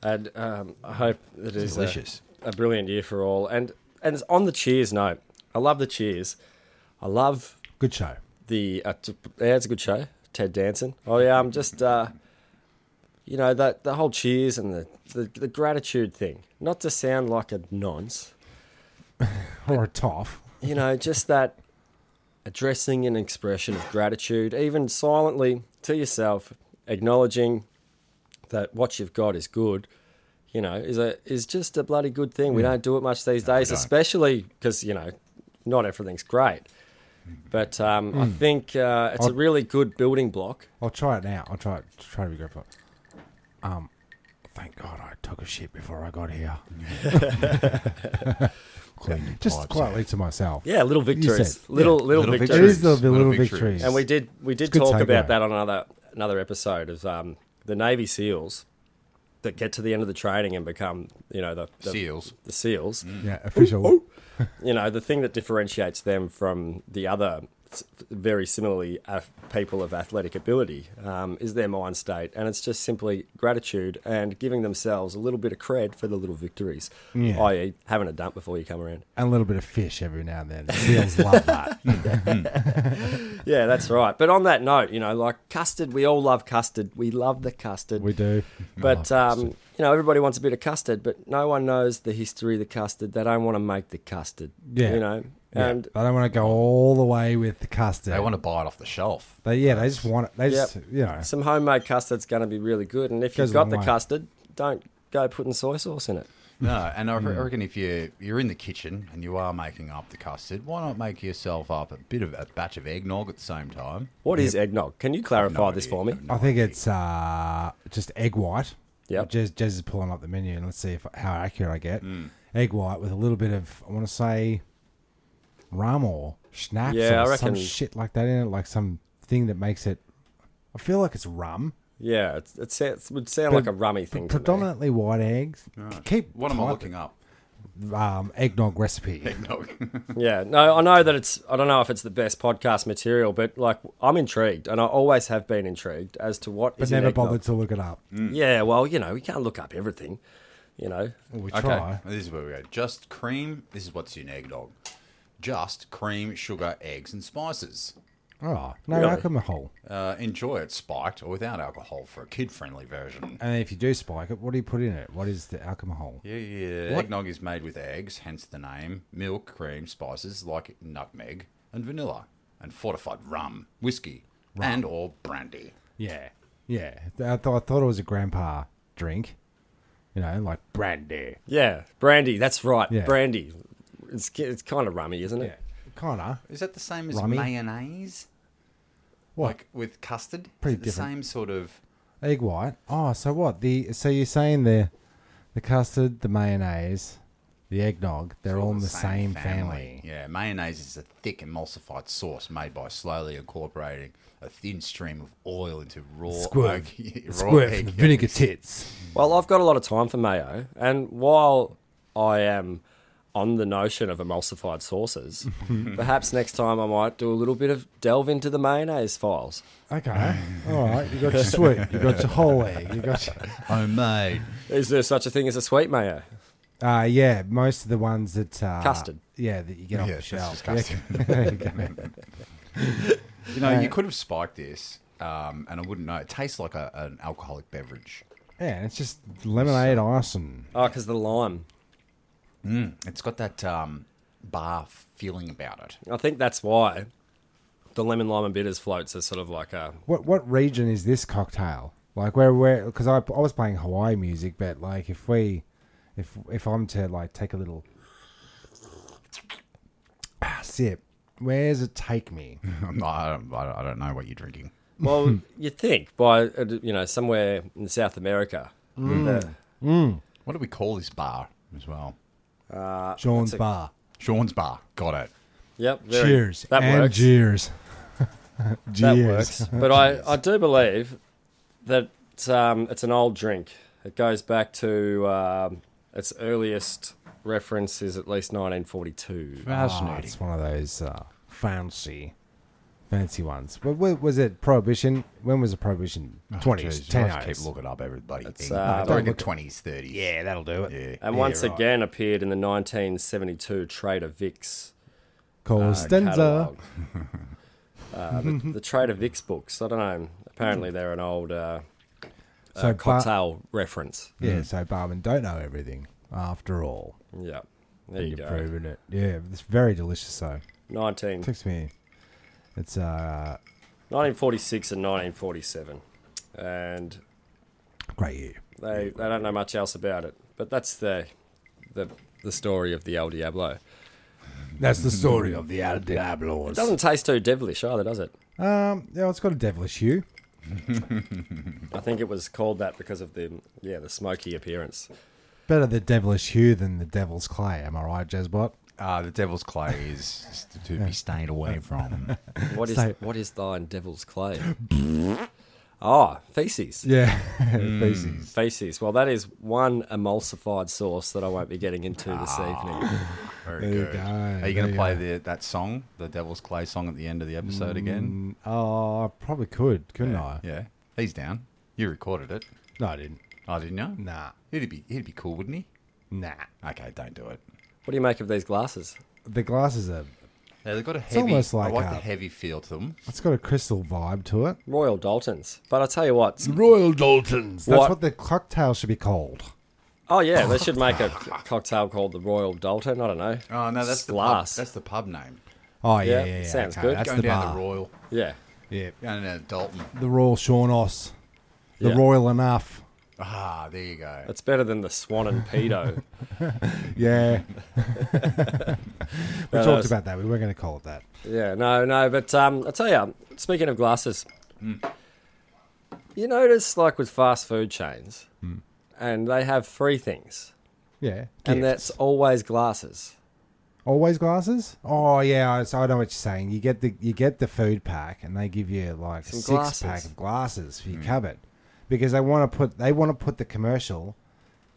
S4: And um, I hope that it is a-
S5: Delicious.
S4: A, brilliant year for all. And and it's on the cheers note, I love the cheers. I love
S3: Good show.
S4: the uh, t- yeah, it's a good show. Ted Danson. Oh yeah, I'm just uh, you know that the whole cheers and the, the the gratitude thing. Not to sound like a nonce,
S3: Or a toff.
S4: you know, just that addressing an expression of gratitude, even silently to yourself, acknowledging that what you've got is good, you know, is a is just a bloody good thing. We don't do it much these days,
S5: don't.
S4: especially because you know, not everything's great. But um, I think uh, it's a really good building block.
S3: I'll try it now. I'll try it. Try to be grateful. Um, thank God I took a shit before I got here.
S5: Clean your
S3: Just
S5: pipes
S3: quietly to myself.
S4: Yeah, little
S3: You
S4: victories,
S3: said-
S4: little little,
S5: Little
S3: It
S4: victories.
S3: is the little,
S5: Little
S3: victories.
S5: victories.
S4: And we did we did
S3: good
S4: talk
S3: takeaway.
S4: about that on another another episode of um, the Navy SEAls that get to the end of the training and become you know the,
S5: out.
S4: the
S5: Seals.
S4: the SEALs.
S3: Mm. yeah official.
S4: You know the thing that differentiates them from the other s- very similarly af- people of athletic ability um, is their mind state, and it's just simply gratitude and giving themselves a little bit of cred for the little victories,
S3: Yeah.
S4: i.e., having a dump before you come around.
S3: And a little bit of fish every now and then. Seals love that.
S4: Yeah, that's right. But on that note, you know, like custard, we all love custard. We love the custard.
S3: We do. Oh.
S4: But um, you know, everybody wants a bit of custard, but no one knows the history of the custard. They don't want to make the custard.
S3: Yeah.
S4: You know,
S3: Yeah. Uh,
S4: and
S3: I don't want to go all the way with the custard.
S5: They want to buy it off the shelf.
S3: They, yeah, they just want it. They just,
S4: Yep.
S3: you know.
S4: some homemade custard's going to be really good. And if
S3: Goes a
S4: you've got
S3: long
S4: the
S3: way.
S4: custard, don't go putting soy sauce in it.
S5: No, and I
S3: Hmm.
S5: re- I reckon if you you're in the kitchen and you are making up the custard, why not make yourself up a bit of a batch of eggnog at the same time?
S4: What is eggnog? Can you clarify this for me?
S3: I think it's uh, just egg white.
S4: Yep. Mm.
S3: Jez, Jez is pulling up the menu and let's see if how accurate I get. Egg white with a little bit of, I want to say, rum or schnapps
S4: Yeah,
S3: or
S4: I
S3: some
S4: reckon-
S3: shit like that in it, like some thing that makes it. I feel like it's rum.
S4: Yeah, it's, it, sounds, it would sound like a rummy thing. to me.
S3: Predominantly white eggs. Keep
S5: What am I
S3: type-
S5: looking up?
S3: Um, eggnog recipe.
S4: Yeah, no, I know that it's. I don't know if it's the best podcast material, but like I'm intrigued, and I always have been intrigued as to what.
S3: but
S4: is in
S3: never
S4: eggnog. Mm.
S3: bothered to look it up.
S4: Yeah, well, you know, we can't look up everything. You know,
S3: Well, we
S5: Okay,
S3: try.
S5: this is where we go. Just cream. This is what's in eggnog. Just cream, sugar, eggs, and spices.
S3: Oh, no
S4: Really?
S3: alcohol.
S5: Uh, enjoy it spiked or without alcohol for a kid-friendly version.
S3: And if you do spike it, what do you put in it? What is the alcohol?
S5: Yeah, yeah. Eggnog is made with eggs, hence the name, milk, cream, spices like nutmeg and vanilla, and fortified rum, whiskey, and or brandy.
S3: Yeah, yeah. I, th- I thought it was a grandpa drink. You know, like brandy.
S4: yeah, brandy. That's right,
S3: Yeah.
S4: brandy. It's ki- it's kind of rummy, isn't
S3: Yeah,
S4: it?
S3: kind of.
S5: Is that the same as
S3: Rummy?
S5: mayonnaise?
S3: What?
S5: Like with custard? is
S3: Pretty
S5: it the
S3: different.
S5: same sort of.
S3: Egg white. Oh, so what? The so you're saying the the custard, the mayonnaise, the eggnog, they're all in the, same, family.
S5: Yeah, mayonnaise is a thick emulsified sauce made by slowly incorporating a thin stream of oil into raw
S3: Squirt,
S5: egg- raw
S3: squirt from
S5: egg
S3: the vinegar tits.
S4: Well, I've got a lot of time for mayo, and while I am on the notion of emulsified sauces, perhaps next time I might do a little bit of delve into the mayonnaise files.
S3: Okay, all right. You got your sweet. You got your whole egg. You got your.
S5: Homemade.
S4: Is there such a thing as a sweet mayo?
S3: Uh, yeah, most of the ones that uh,
S4: Custard.
S3: Yeah, that you get off
S5: Yeah,
S3: the
S5: that's just
S3: shelf.
S5: custard.
S3: Yeah, there you go.
S5: You know, you could have spiked this, um, and I wouldn't know. It tastes like a, an alcoholic beverage.
S3: Yeah, it's just lemonade ice and
S4: Oh, because the lime.
S5: It's got that um, bar feeling about it.
S4: I think that's why the lemon lime and bitters floats are sort of like a
S3: What what region is this cocktail? Like where where? Because I, I was playing Hawaii music, but like if we, if if I'm to like take a little ah, sip, where does it take me?
S4: Uh,
S5: I'm not, I, don't, I don't- I don't know what you're drinking.
S4: Well, you think by uh, you know somewhere in South America,
S3: Mm.
S5: What do we call this bar as well?
S3: Sean's bar.
S5: Sean's bar. Got it.
S4: Yep. very-
S3: cheers
S4: That
S3: and
S4: works.
S3: cheers.
S4: that
S3: Cheers.
S4: works. But I, I do believe that um, it's an old drink. It goes back to um, its earliest reference is at least 1942.
S3: Ah, it's one of those uh, fancy, fancy ones. But what was it? Prohibition. When was the prohibition?
S5: Oh,
S3: Twenties,
S5: Jeez, I
S3: ten
S5: have to
S3: hours.
S5: keep looking up everybody.
S4: It's,
S5: thing.
S4: uh,
S5: I
S4: don't
S5: reckon
S3: look-
S5: 20s, 30s.
S3: Yeah, that'll do it.
S5: Yeah.
S4: And
S3: Yeah,
S4: once
S3: right.
S4: again appeared in the 1972 Trader Vic's
S3: Costanza.
S4: catalogue. Uh, the, the Trader Vic's books. I don't know. Apparently they're an old uh,
S3: So
S4: uh,
S3: bar-
S4: cocktail reference.
S3: Yeah, so barmen don't know everything after all.
S4: Yeah. There you
S3: You're
S4: go.
S3: proving it. Yeah, it's very delicious though.
S4: 19,
S3: Takes me. It's uh
S4: 1946 and 1947. And
S3: great year.
S4: They they don't know much else about it, but that's the the the story of the El Diablo.
S3: That's the story of the Al Diablos.
S4: It doesn't taste too devilish either, does it?
S3: Um, yeah, it's got a devilish hue.
S4: I think it was called that because of the yeah the smoky appearance.
S3: Better the devilish hue than the devil's clay. Am I right, Jezbot?
S5: Uh, the devil's clay is just to be stayed away from.
S4: What is
S3: So-
S4: what is thine devil's clay? Ah, feces.
S3: Yeah, feces. Ah.
S4: Feces. Well, that is one emulsified sauce that I won't be getting into this evening.
S5: Very
S3: There you
S5: good.
S3: go.
S5: Are you
S3: There
S5: going
S3: you
S5: to play the, that song, the Devil's Clay song, at the end of the episode again?
S3: Mm, Oh, I probably could, couldn't I?
S5: Yeah, he's down. You recorded it.
S3: No, I didn't.
S5: I didn't know.
S3: Nah,
S5: He'd be he'd be cool, wouldn't he?
S3: nah.
S5: Okay, don't do it.
S4: What do you make of these glasses?
S3: The glasses are.
S5: Yeah, they've got a heavy.
S3: almost like uh,
S5: I like the
S3: a-
S5: heavy feel to them.
S3: It's got a crystal vibe to it.
S4: Royal Daltons. But I tell you what,
S3: Royal Daltons. That's
S4: What-
S3: what the cocktail should be called.
S4: oh yeah, they should make a cocktail called the Royal Dalton. I don't know.
S3: Ah.
S5: Oh no, that's
S4: glass.
S5: the pub, that's the pub name.
S3: Oh yeah,
S4: Yeah,
S3: yeah, yeah.
S4: sounds
S3: okay,
S4: good.
S3: That's
S5: Going
S3: the
S5: down
S3: bar.
S5: the Royal,
S4: yeah,
S3: yeah,
S5: going down to Dalton.
S3: the Royal Shawnos, the
S4: Yeah.
S3: Royal Enough.
S5: Ah, there you go.
S4: it's better than the Swan and Pedo.
S3: Yeah, we
S4: that
S3: talked
S4: was-
S3: about that. We weren't going to call it that.
S4: Yeah, no, no, but um, I tell you, speaking of glasses,
S5: Hmm.
S4: you notice like with fast food chains,
S5: Hmm.
S4: and they have three things,
S3: Yeah, gifts.
S4: and that's always glasses.
S3: always glasses. Oh yeah, I- so I know what you're saying. You get the you get the food pack, and they give you like a
S4: Some
S3: six
S4: glasses. Hmm.
S3: pack of glasses for your cupboard because they want to put they want to put the commercial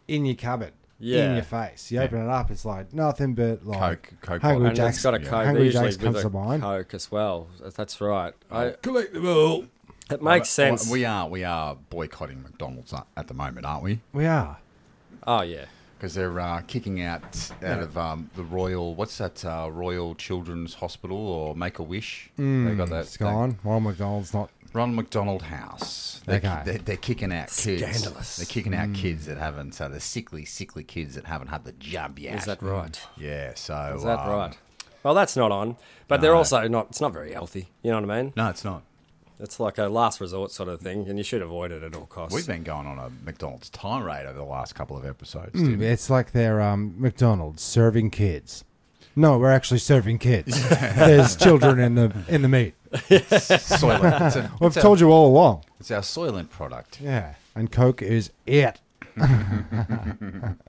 S3: in your cupboard.
S4: Yeah.
S3: In your face, you open it up. It's like nothing but like
S5: Coke, Coke
S3: Hungry
S5: bottle.
S4: And it's got a
S3: Jack's-
S4: coke.
S3: Hungry
S4: They usually
S3: Jack's
S4: with
S3: comes
S4: a
S3: to mind.
S4: coke as well. That's right. I,
S5: collectible.
S4: it makes sense.
S5: We uh, are we are boycotting McDonald's at at the moment, aren't we?
S3: we are.
S4: oh yeah,
S5: Because they're uh, kicking out out of um, the Royal, what's that uh, Royal Children's Hospital or Make a Wish? they got that.
S3: Mm. It's gone. Ronald McDonald's not.
S5: Ronald McDonald House. They're,
S3: Okay.
S5: they're, they're kicking out kids.
S4: Scandalous.
S5: They're kicking out kids that haven't. So the sickly, sickly kids that haven't had the job yet.
S4: is that right?
S5: Yeah. So
S4: Is that
S5: um,
S4: right? Well, that's not on, but they're also not. It's not very healthy. You know what I mean?
S5: No, it's not.
S4: It's like a last resort sort of thing, and you should avoid it at all costs.
S5: We've been going on a McDonald's tirade over the last couple of episodes.
S4: Hmm.
S3: Mm, It's like they're um, McDonald's serving kids. No, we're actually serving kids. There's children in the in the meat.
S5: Soylent. It's, a,
S3: I've
S5: it's
S3: told
S5: our,
S3: you all along.
S5: It's our Soylent product.
S3: Yeah, and Coke is it.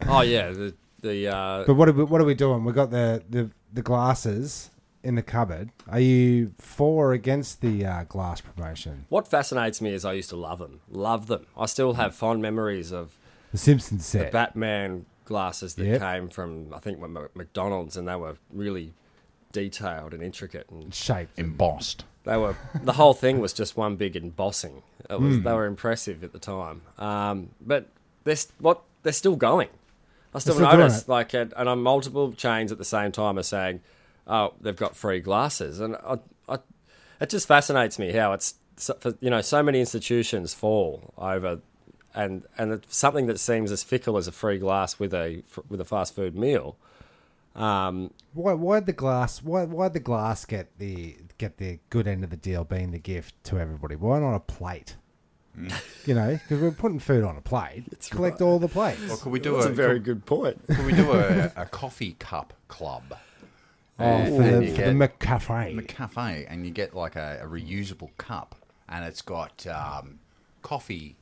S4: oh yeah, the the uh,
S3: But what are we, what are we doing? We got the, the the glasses in the cupboard. Are you for or against the uh, glass promotion?
S4: What fascinates me is I used to love them, love them. I still have fond memories of
S3: The Simpsons
S4: the
S3: set.
S4: Batman glasses that
S3: Yep.
S4: came from I think M- McDonald's, and they were really detailed and intricate, and
S3: shaped.
S5: Embossed.
S4: they were the whole thing was just one big embossing. It
S3: Hmm.
S4: was they were impressive at the time, um, but they're st- what they're still going. I still,
S3: still doing
S4: notice
S3: it.
S4: like at, and on multiple chains at the same time are saying, "Oh, they've got free glasses," and I, I, it just fascinates me how it's so- for- you know so many institutions fall over, and and it's something that seems as fickle as a free glass with a with a fast food meal. Um,
S3: Why why the glass? Why why the glass get the get the good end of the deal, being the gift to everybody? Why not a plate?
S4: Mm.
S3: You know, because we're putting food on a plate. Collect all the plates.
S5: Well, could we do
S4: that's
S5: a,
S4: a very good point.
S5: could, could we do a, a coffee cup club?
S3: Oh, for
S5: and
S3: the,
S5: you
S3: for
S5: get-
S3: the McCafe.
S5: the cafe and you get like a, a reusable cup and it's got um, coffee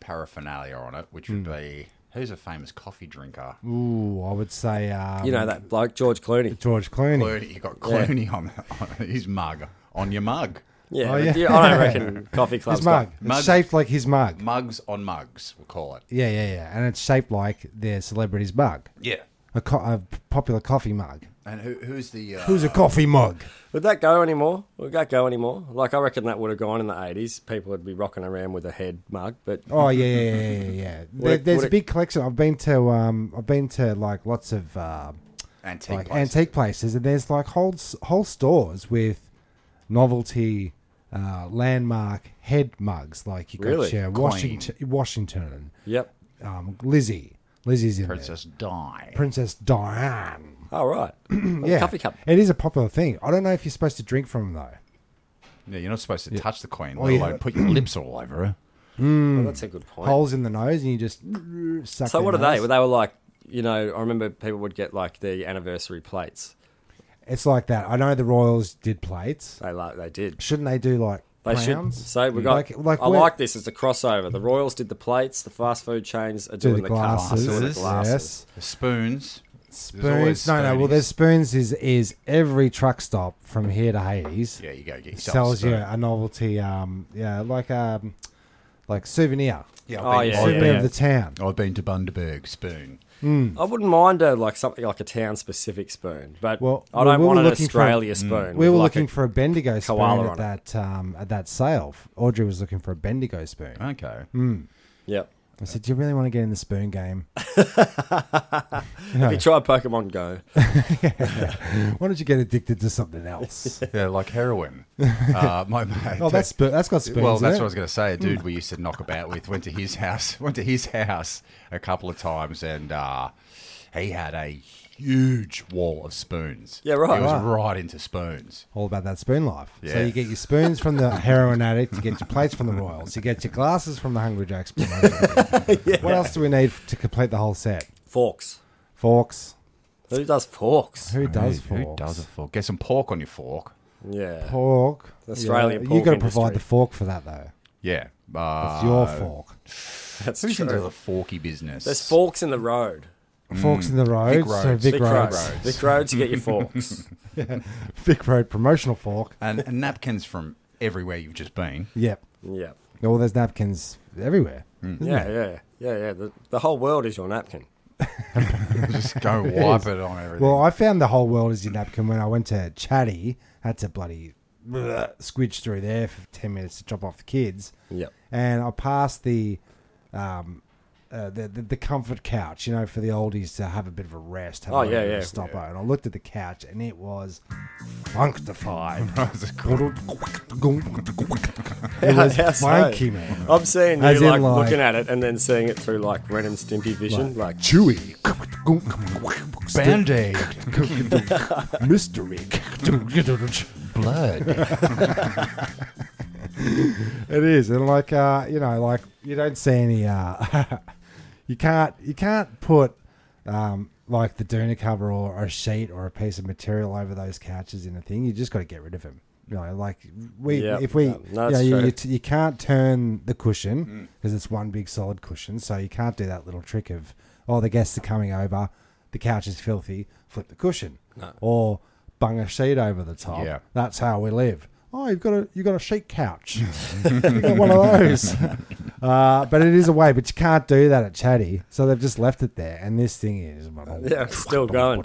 S5: paraphernalia on it, which
S3: Hmm.
S5: would be who's a famous coffee drinker?
S3: Ooh, I would say um,
S4: You know that bloke George Clooney.
S3: George Clooney.
S5: Clooney, you got Clooney on, on his mug, on your mug.
S4: Yeah,
S3: Oh,
S4: but
S3: yeah.
S4: you- I don't reckon coffee clubs.
S3: His mug.
S4: got-
S3: It's
S5: mug.
S3: shaped like his mug.
S5: Mugs on mugs, we'll call it.
S3: Yeah, yeah, yeah. And it's shaped like the celebrity's mug.
S5: Yeah.
S3: A, co- a popular coffee mug.
S5: And who, who's the uh,
S3: Who's a coffee mug?
S4: Would that go anymore? Would that go anymore? Like I reckon that would have gone in the eighties. People would be rocking around with a head mug, but
S3: Oh yeah, yeah, yeah, yeah. yeah. there,
S4: it-
S3: there's
S4: would
S3: a
S4: it-
S3: big collection. I've been to um, I've been to like lots of uh,
S5: antique?
S3: like
S5: place?
S3: antique places, and there's like whole s- whole stores with novelty uh, landmark head mugs. Like you got
S4: Really?
S3: your
S5: Queen.
S3: Washington, Washington,
S4: yep.
S3: um, Lizzie, Lizzie's in
S5: Princess Di.
S3: there. Princess Diane.
S4: All Oh, right.
S3: Yeah,
S4: Coffee cup.
S3: It is a popular thing. I don't know if you're supposed to drink from them though.
S5: Yeah, you're not supposed to touch the queen, let
S3: yeah.
S5: alone put your lips all over her.
S3: Mm.
S4: Well, that's a good point.
S3: Holes in the nose, and you just suck.
S4: so
S3: their
S4: what are they?
S3: nose.
S4: Well, they were like, you know, I remember people would get like the anniversary plates.
S3: It's like that. I know the Royals did plates.
S4: They like they did.
S3: Shouldn't they do like
S4: They
S3: crowns?
S4: should. So we got. I
S3: we're-
S4: like this as a crossover. The Royals did the plates. The fast food chains are
S3: do
S4: doing
S3: the glasses.
S4: cups.
S5: Glasses,
S4: The glasses.
S5: The spoons.
S3: Yes.
S5: always
S3: Spoons. No, no. Well,
S5: spoonies.
S3: there's spoons is is every truck stop from here to Hades
S5: Yeah, you go get yourself a
S3: sells you
S5: spoon.
S3: a novelty. Um, yeah, like um, like souvenir,
S5: Yeah,
S4: Oh,
S5: I've been,
S4: yeah.
S5: I've,
S3: souvenir
S5: been,
S4: yeah.
S3: of the town.
S5: I've been to Bundaberg Spoon.
S4: I wouldn't mind a, like something like a town specific spoon, but
S3: Well,
S4: I
S3: we-
S4: don't
S3: we
S4: want
S3: were
S4: an
S3: looking for- Mm.
S4: Australia spoon.
S3: We
S4: with,
S3: were
S4: like,
S3: looking
S4: a-
S3: for a Bendigo spoon
S4: koala
S3: at
S4: on it.
S3: that um, at that sale. Audrey was looking for a Bendigo spoon.
S5: Okay.
S3: Hmm.
S4: Yep.
S3: I said, "Do you really want to get in the spoon game?
S4: If you try Pokemon Go,
S3: Why don't you get addicted to something else?"
S5: Yeah, like heroin. uh, my mate.
S3: oh, that's spo- that's got spoons.
S5: well,
S3: in
S5: that's
S3: it.
S5: what
S3: Hmm.
S5: I was going to say. A dude we used to knock about with went to his house, went to his house a couple of times, and uh, he had a huge wall of spoons.
S4: Yeah, right.
S5: He was
S3: Right.
S5: right into spoons.
S3: all about that spoon life. So
S5: Yeah.
S3: you get your spoons from the heroin addict, you get your plates from the Royals, you get your glasses from the Hungry Jacks. promoter. What else do we need to complete the whole set?
S4: forks.
S3: Forks.
S4: Who does forks?
S3: Who does
S5: Who-
S3: forks?
S5: Who does a fork? Get some pork on your fork.
S4: Yeah.
S3: Pork.
S4: The Australian
S3: You've
S4: pork
S3: got to provide
S4: industry.
S3: the fork for that though.
S5: Yeah. Uh,
S3: It's your fork.
S4: That's
S5: Who's into the
S4: true.
S5: forky business?
S4: There's forks in the road.
S3: Forks in
S5: Mm.
S3: the road. So
S5: Roads.
S3: Vic,
S4: Vic
S3: Roads.
S4: roads. Vic roads, you get your forks.
S3: Vic Road promotional fork.
S5: and, and napkins from everywhere you've just been.
S3: Yep.
S4: yep.
S3: All those napkins everywhere.
S5: Mm.
S4: Yeah, yeah, yeah, yeah. The, the whole world is your napkin.
S5: just go wipe it on everything.
S3: Well, I found the whole world is your napkin when I went to Chatty. Had to bloody bleh, squidge through there for ten minutes to drop off the kids.
S4: Yep.
S3: And I passed the, um, uh, the, the the comfort couch, you know, for the oldies to have a bit of a rest. Have
S4: Oh,
S3: a
S4: yeah,
S3: little
S4: yeah.
S3: Stopper, and I looked at the couch, and it was functified.
S5: It's cool.
S3: it was
S4: How so?
S3: funky, man.
S4: I'm seeing
S3: As
S4: you
S3: in,
S4: like,
S3: like-
S4: looking at it and then seeing it through like Ren and Stimpy vision. Like,
S3: Chewy.
S5: Band aid,
S3: Mystery.
S5: blood.
S3: It is, and like uh, you know, like you don't see any. Uh, you can't you can't put um, like the Duna cover or a sheet or a piece of material over those couches in a thing. You just got to get rid of them. You know, like we
S4: Yep,
S3: if we
S4: yeah, no,
S3: you, know,
S4: that's
S3: you,
S4: true.
S3: you, t- you can't turn the cushion
S4: Mm.
S3: because it's one big solid cushion, so you can't do that little trick of oh the guests are coming over, the couch is filthy, flip the cushion or bung a sheet over the top.
S5: Yeah.
S3: That's how we live. Oh, you've got a you've got a chic couch. you got one of those. Uh, but it is a way, but you can't do that at Chatty, so they've just left it there. And this thing is
S4: yeah, it's still going.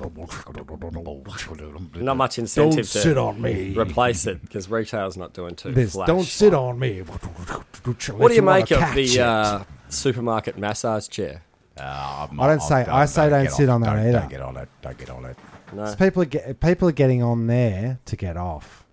S4: Not much incentive
S3: Don't
S4: to
S3: sit on me.
S4: replace it because retail's not doing too
S3: This,
S4: flash.
S3: don't sit on me.
S4: What do you make of the uh, supermarket massage chair?
S5: I
S3: don't say- I say don't sit on that
S5: don't,
S3: either.
S5: Don't get on it. Don't get on it.
S4: No,
S3: people are get, people are getting on there to get off.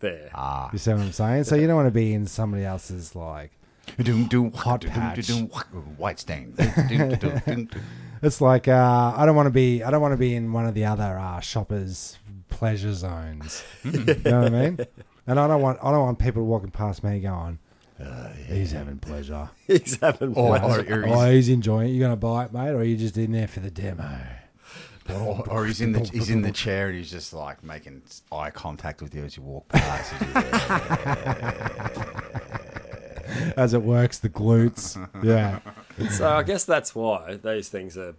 S4: there.
S5: Ah.
S3: You see what I'm saying? So you don't want to be in somebody else's like.
S5: Doom, doom,
S3: Hot
S5: doom,
S3: patch.
S5: doom, doom, White stain. Doom, doom, doom, doom, doom.
S3: It's like uh, I don't want to be I don't want to be in one of the other uh, shoppers' pleasure zones. you know what I mean? And I don't want I don't want people walking past me going, uh, he's having pleasure.
S4: He's having
S5: Or,
S4: flash.
S5: or, or,
S3: Oh, he's enjoying it. You gonna buy it, mate, or are you just in there for the demo?
S5: he's, or, or he's in the he's in the chair and he's just like making eye contact with you as you walk past. He's just,
S3: As it works, the glutes. Yeah.
S4: So I guess that's why those things are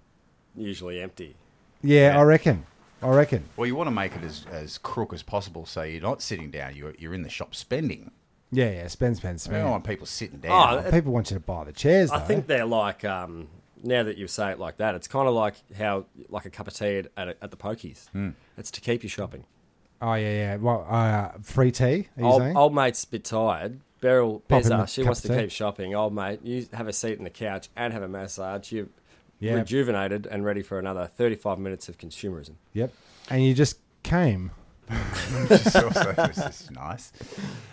S4: usually empty.
S3: Yeah, I reckon. I reckon.
S5: well, you want to make it as, as crook as possible, so you're not sitting down. You're you're in the shop spending.
S3: Yeah, yeah, spend, spend,
S5: I don't
S3: spend.
S5: want people sitting
S4: Oh,
S5: down.
S4: it-
S3: People want you to buy the chairs though.
S4: I think they're like. Um, now that you say it like that, it's kind of like how like a cup of tea at, at, at the pokies. It's to keep you shopping.
S3: Oh yeah, yeah. Well uh, free tea, are you
S4: Old,
S3: saying?
S4: old mate's a bit tired. Beryl
S3: Pop him
S4: Bezza,
S3: a
S4: she
S3: cup
S4: wants
S3: of
S4: to
S3: tea.
S4: keep shopping. Old mate, you have a seat in the couch and have a massage. You're
S3: Yeah.
S4: rejuvenated and ready for another 35 minutes of consumerism.
S3: Yep. And you just came.
S5: which is also this is nice.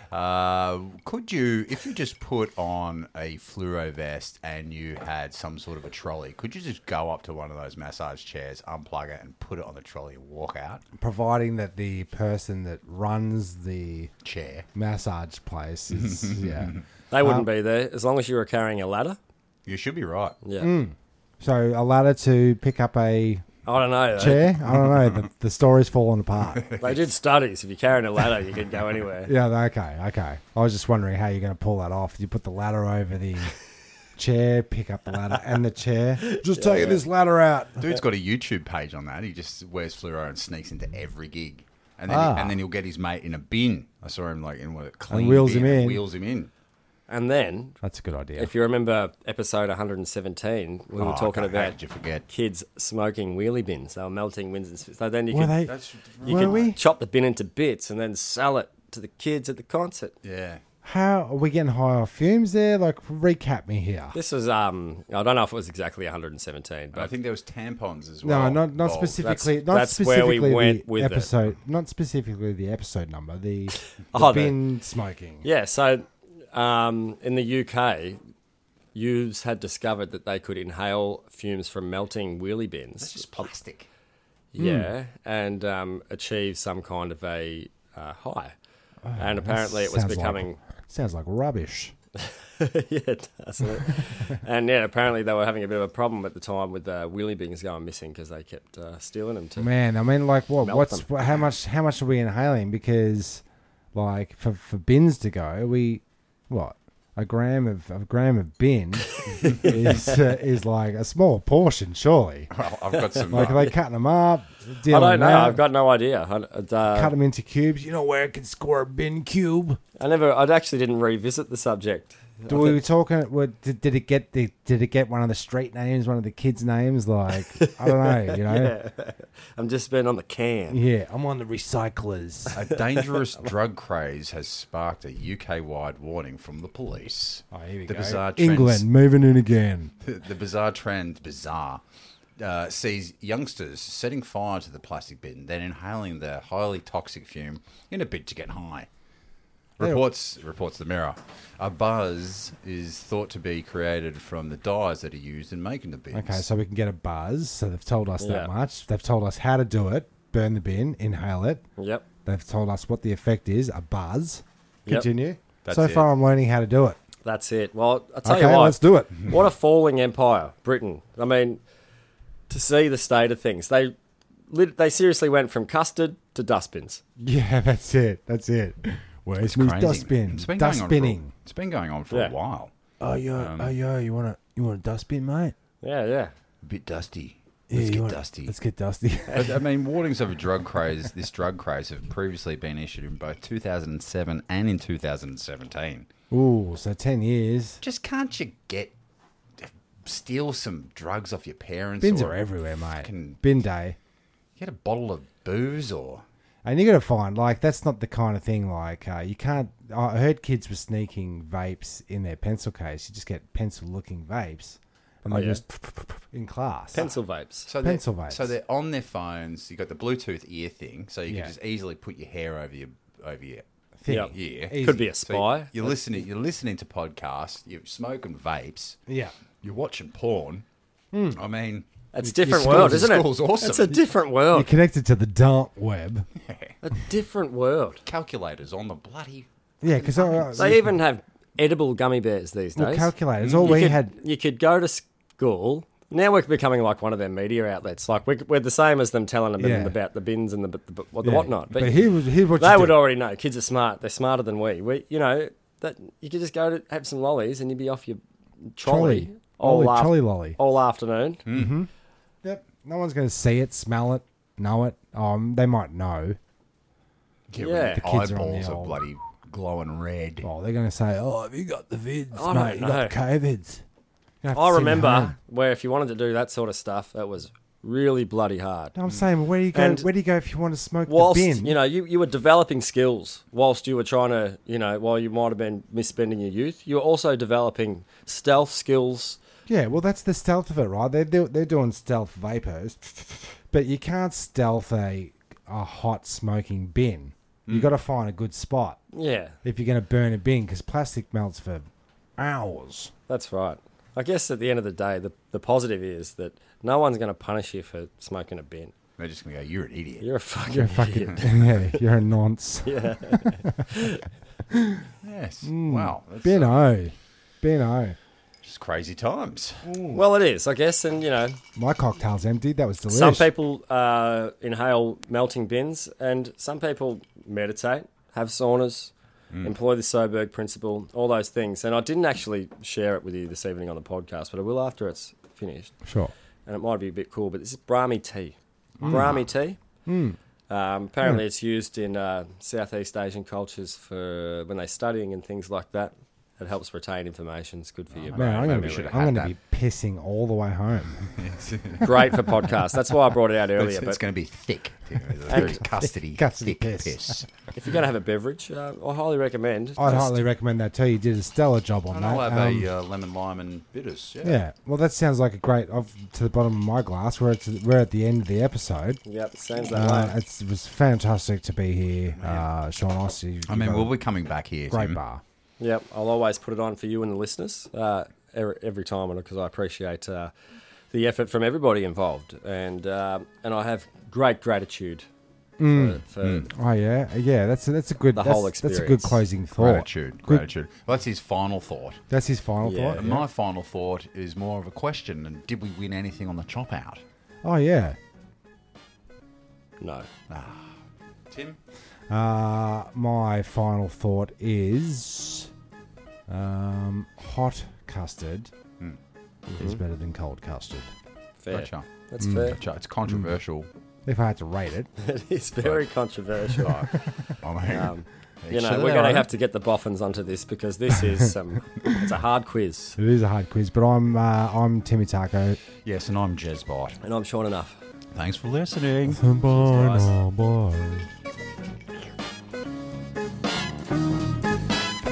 S5: Uh, could you, if you just put on a fluoro vest and you had some sort of a trolley, could you just go up to one of those massage chairs, unplug it, and put it on the trolley and walk out?
S3: providing that the person that runs the
S5: Chair.
S3: massage place is yeah.
S4: They wouldn't
S3: Uh,
S4: be there as long as you were carrying a ladder.
S5: You should be right.
S4: Yeah.
S3: Hmm. So a ladder to pick up a
S4: I don't know. They,
S3: chair. I don't know. The, the story's fallen apart.
S4: they did studies. If you're carrying a ladder, you can go anywhere.
S3: Yeah. Okay. Okay. I was just wondering how you're going to pull that off. You put the ladder over the chair, pick up the ladder and the chair. Just taking this ladder out.
S5: Dude's got a YouTube page on that. He just wears fluoro and sneaks into every gig. And then,
S3: Ah.
S5: he, and then he'll get his mate in a bin. I saw him like in one of the clean
S3: wheels
S5: bin
S3: him in.
S5: Wheels him in.
S4: And then,
S3: That's a good idea.
S4: if you remember episode 117, we were
S5: Oh,
S4: talking
S5: God, how
S4: about
S5: did you forget?
S4: kids smoking wheelie bins. They were melting wins and so then you
S3: were
S4: could
S3: they?
S5: That's-
S4: you
S3: were
S4: could
S3: we?
S4: chop the bin into bits and then sell it to the kids at the concert.
S5: Yeah.
S3: How are we getting high off fumes there? Like, recap me here.
S4: This was um I don't know if it was exactly 117, but
S5: I think there was tampons as
S3: No,
S5: well.
S3: not not
S5: involved.
S3: specifically.
S4: Oh, that's-
S3: not
S4: that's where we
S3: specifically
S4: went
S3: the
S4: with it.
S3: episode. Not specifically the episode number. The, the
S4: Oh, the-
S3: bin smoking.
S4: yeah, so um, in the UK, youths had discovered that they could inhale fumes from melting wheelie bins.
S5: It's just plastic.
S3: Hmm.
S4: Yeah, and um, achieve some kind of a uh, high. and apparently, it was
S3: Oh, Sounds like-
S4: becoming
S3: sounds like rubbish.
S4: yeah, it does. and yeah, apparently they were having a bit of a problem at the time with uh, wheelie bins going missing because they kept uh, stealing them. To
S3: Man, I mean, like, what?
S4: Melt
S3: what's
S4: them.
S3: wha- how much? How much are we inhaling? Because, like, for, for bins to go, we what a gram of a gram of bin is uh, is like a small portion, surely.
S5: Well, I've got some.
S3: Like
S5: uh,
S3: they cutting them up.
S4: I
S3: dealing
S4: don't know.
S3: that,
S4: I've got no idea. I, I'd, uh,
S3: cut them into cubes. You know where it can score a bin cube.
S4: I never. I actually didn't revisit the subject.
S3: Do we were talking? Were, did, did it get the? Did it get one of the street names? One of the kids' names? Like I don't know. You know?
S4: I'm just been on the can.
S3: Yeah. I'm on the recyclers.
S5: uh, a dangerous drug craze has sparked a UK-wide warning from the police.
S3: Oh, here we
S5: the
S3: go.
S5: bizarre trends-
S3: England moving in again.
S5: the bizarre trend, bizarre, uh, sees youngsters setting fire to the plastic bin, then inhaling the highly toxic fume in a bid to get high. Reports reports the Mirror. A buzz is thought to be created from the dyes that are used in making the bins.
S3: Okay, so we can get a buzz. So they've told us
S4: Yeah.
S3: that much. They've told us how to do it. Burn the bin. Inhale it.
S4: Yep.
S3: They've told us what the effect is. A buzz.
S4: Yep.
S3: Continue.
S5: That's
S3: so
S5: it.
S3: far, I'm learning how to do it.
S4: That's it. Well, I tell
S3: Okay,
S4: you what,
S3: let's do it.
S4: What a falling empire, Britain. I mean, to see the state of things, they lit, they seriously went from custard to dustbins.
S3: Yeah, that's it. That's it. Where's
S5: It's
S3: my
S5: crazy.
S3: dustbin?
S5: It's been going on for a-
S3: Dustbinning.
S5: It's been going on for
S4: Yeah.
S5: a while.
S3: Oh yo, oh yo, you want to you want a dustbin, mate?
S4: Yeah, yeah.
S5: A bit dusty.
S3: Yeah,
S5: Let's
S3: you
S5: get
S3: wanna-
S5: dusty.
S3: Let's get dusty.
S5: But, I mean, warnings of a drug craze, this drug craze, have previously been issued in both 2007 and in 2017.
S3: Ooh, so ten years.
S5: Just can't you get steal some drugs off your parents?
S3: Bins
S5: or
S3: are everywhere, mate.
S5: fucking-
S3: Bin day,
S5: Get a bottle of booze or
S3: and you got to find like that's not the kind of thing like uh, you can't. I heard kids were sneaking vapes in their pencil case. You just get pencil-looking vapes, and they
S4: Oh, yeah.
S3: just in class.
S4: Pencil vapes.
S5: so they're-
S3: Pencil vapes.
S5: So they're on their phones. You got the Bluetooth ear thing, so you
S3: Yeah.
S5: can just easily put your hair over your over your
S3: Thing.
S4: Yep.
S5: ear.
S3: Easy.
S4: Could be a
S5: So
S4: spy.
S5: You're listening. You're listening to podcasts. You're smoking vapes.
S3: Yeah.
S5: You're watching porn.
S3: Hmm.
S5: I mean,
S4: It's a different
S5: your
S4: world,
S5: school's-
S4: isn't it?
S5: school's awesome.
S4: It's a different
S3: You're
S4: world.
S3: connected to the dark web.
S4: A different world.
S5: calculators on the bloody.
S3: Yeah, because
S4: They even have edible gummy bears these days.
S3: well, calculators. All
S4: you
S3: we
S4: could,
S3: had.
S4: You could go to school. Now we're becoming like one of their media outlets. Like we're, we're the same as them telling them
S3: Yeah.
S4: about the bins and the, the, the, what- the
S3: yeah.
S4: whatnot. But,
S3: But, here was here what
S4: they
S3: you
S4: would
S3: do.
S4: already know. Kids are smart. They're smarter than we. We, you know, that you could just go to have some lollies and you'd be off your trolley,
S3: Trolley.
S4: all
S3: Lolly-
S4: aft-
S3: trolley lolly.
S4: all afternoon.
S3: Yep. No one's going to see it, smell it, know it. Um, they might know.
S5: Get
S4: Yeah.
S5: rid of
S4: The
S3: kids are on
S5: eyeballs
S3: the
S5: are
S3: old-
S5: bloody glowing red.
S3: Oh, they're going to say, "Oh, have you got the vids,
S4: I
S3: mate? You
S4: don't
S3: got the covids." You're gonna have to
S4: I
S3: sit at
S4: remember
S3: home.
S4: where if you wanted to do that sort of stuff, it was really bloody hard.
S3: No, I'm saying, where do you go?
S4: And
S3: where do you go if you want to smoke
S4: Whilst
S3: the bin?
S4: you know you, you were developing skills, whilst you were trying to you know while you might have been misspending your youth, you were also developing stealth skills.
S3: yeah, well, that's the stealth of it, right? They're do- they're doing stealth vapors, but you can't stealth a a hot smoking bin. You got to find a good spot
S4: Yeah,
S3: if you're going to burn a bin because plastic melts for hours.
S4: That's right. I guess at the end of the day, the, the positive is that no one's going to punish you for smoking a bin.
S5: They're just gonna go. You're an idiot.
S4: You're a fucking,
S3: You're a
S4: idiot.
S3: fucking yeah, you're a nonce.
S5: Yes.
S3: Hmm.
S5: Wow. That's
S3: Bin O, bin O.
S5: just crazy times.
S4: Well, it is, I guess. And, you know,
S3: My cocktail's empty. That was delicious.
S4: some people uh, inhale melting bins and some people meditate, have saunas, employ the Soberg principle, all those things. And I didn't actually share it with you this evening on the podcast, but I will after it's finished.
S3: Sure.
S4: and it might be a bit cool, but this is Brahmi tea. Brahmi tea. Um, apparently, it's used in uh, Southeast Asian cultures for when they're studying and things like that. It helps retain information. It's good for you.
S3: Man, I'm gonna
S5: maybe
S3: be,
S5: we should've
S3: I'm
S5: had
S3: gonna be pissing all the way home.
S4: Great for podcasts. That's why I brought it out earlier.
S5: It's,
S4: but
S5: going to be thick. Very custody,
S3: Custody
S5: thick piss.
S3: piss.
S4: if you're going to have a beverage, uh, I highly recommend.
S3: I'd
S4: Just-
S3: highly recommend that too. You did a stellar job on
S5: And
S3: that.
S5: I'll have
S3: Um,
S5: a uh, lemon lime and bitters. Yeah.
S3: yeah. Well, that sounds like a great. I've, to the bottom of my glass. We're at we're at the end of the episode.
S4: Yep, sounds that
S3: Uh,
S4: way.
S3: it's, it was fantastic to be here, uh, Sean Oss. you-
S5: I
S3: you've
S5: mean,
S3: got
S5: we'll
S3: a
S5: be coming back here.
S3: great
S5: Tim.
S3: bar.
S4: Yep, I'll always put it on for you and the listeners uh, every, every time because I appreciate uh, the effort from everybody involved, and um and I have great gratitude for, for
S3: Oh yeah, yeah. That's a, that's a good.
S4: The
S3: that's,
S4: whole
S3: That's a good
S4: experience.
S3: closing thought.
S5: Gratitude,
S3: Good- Oh,
S5: gratitude. Well, that's his final thought.
S3: That's his final
S4: Yeah.
S3: thought.
S5: And my final thought is more of a question: and did we win anything on the chop out?
S3: Oh yeah.
S4: no.
S5: Tim,
S3: Uh, my final thought is, um, hot custard is better than cold custard.
S4: Fair.
S5: Gotcha.
S4: That's
S3: Mm.
S4: fair.
S5: Gotcha. uh, it's controversial.
S3: If I had to rate it,
S4: It is very controversial.
S5: I mean,
S4: you know, we're going to have to get the boffins onto this because this is some. it's a hard quiz,
S3: it is a hard quiz. But I'm uh, I'm Timmy Taco.
S5: Yes, and I'm Jezbot.
S4: and I'm short enough.
S5: Thanks for listening.
S4: guys.
S3: bye.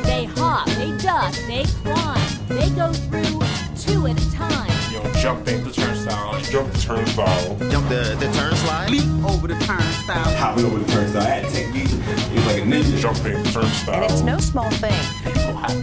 S6: They hop, they duck, they climb, they go through two at a time.
S7: Yo, jump back the turnstile. Jump the turnstile.
S8: Jump the, the turnstile.
S9: leap over the turnstile.
S7: Hopping over the turnstile. I had to take me. It was like a ninja. Jump back the turnstile.
S10: And it's no small thing.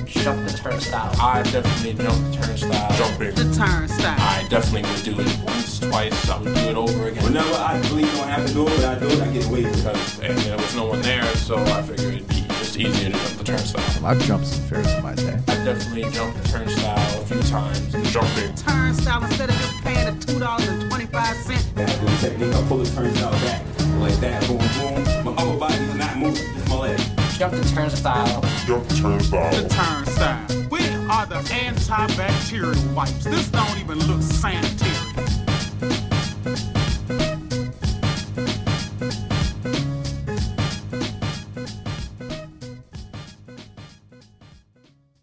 S7: Jump the turnstile. I definitely jump the turnstile. Jump back.
S9: The turnstile.
S7: I definitely would do it once, twice. I would do it over again. Whenever I believe I have to do it, I do it. I get away because and there was no one there, so I figured it'd be just easier to jump the turnstile.
S5: I've jumped some fairs in my day.
S7: I definitely jumped the turnstile a few times. Jumping.
S9: Turnstile instead of just paying the two dollars and twenty-five cents.
S7: That little technique, I pull the turnstile back like that. Boom, boom. My upper body is not moving. It's my leg.
S11: Jump the turnstile.
S7: Jump the turnstile.
S9: The turnstile. We are the antibacterial wipes. This don't even look sanitary.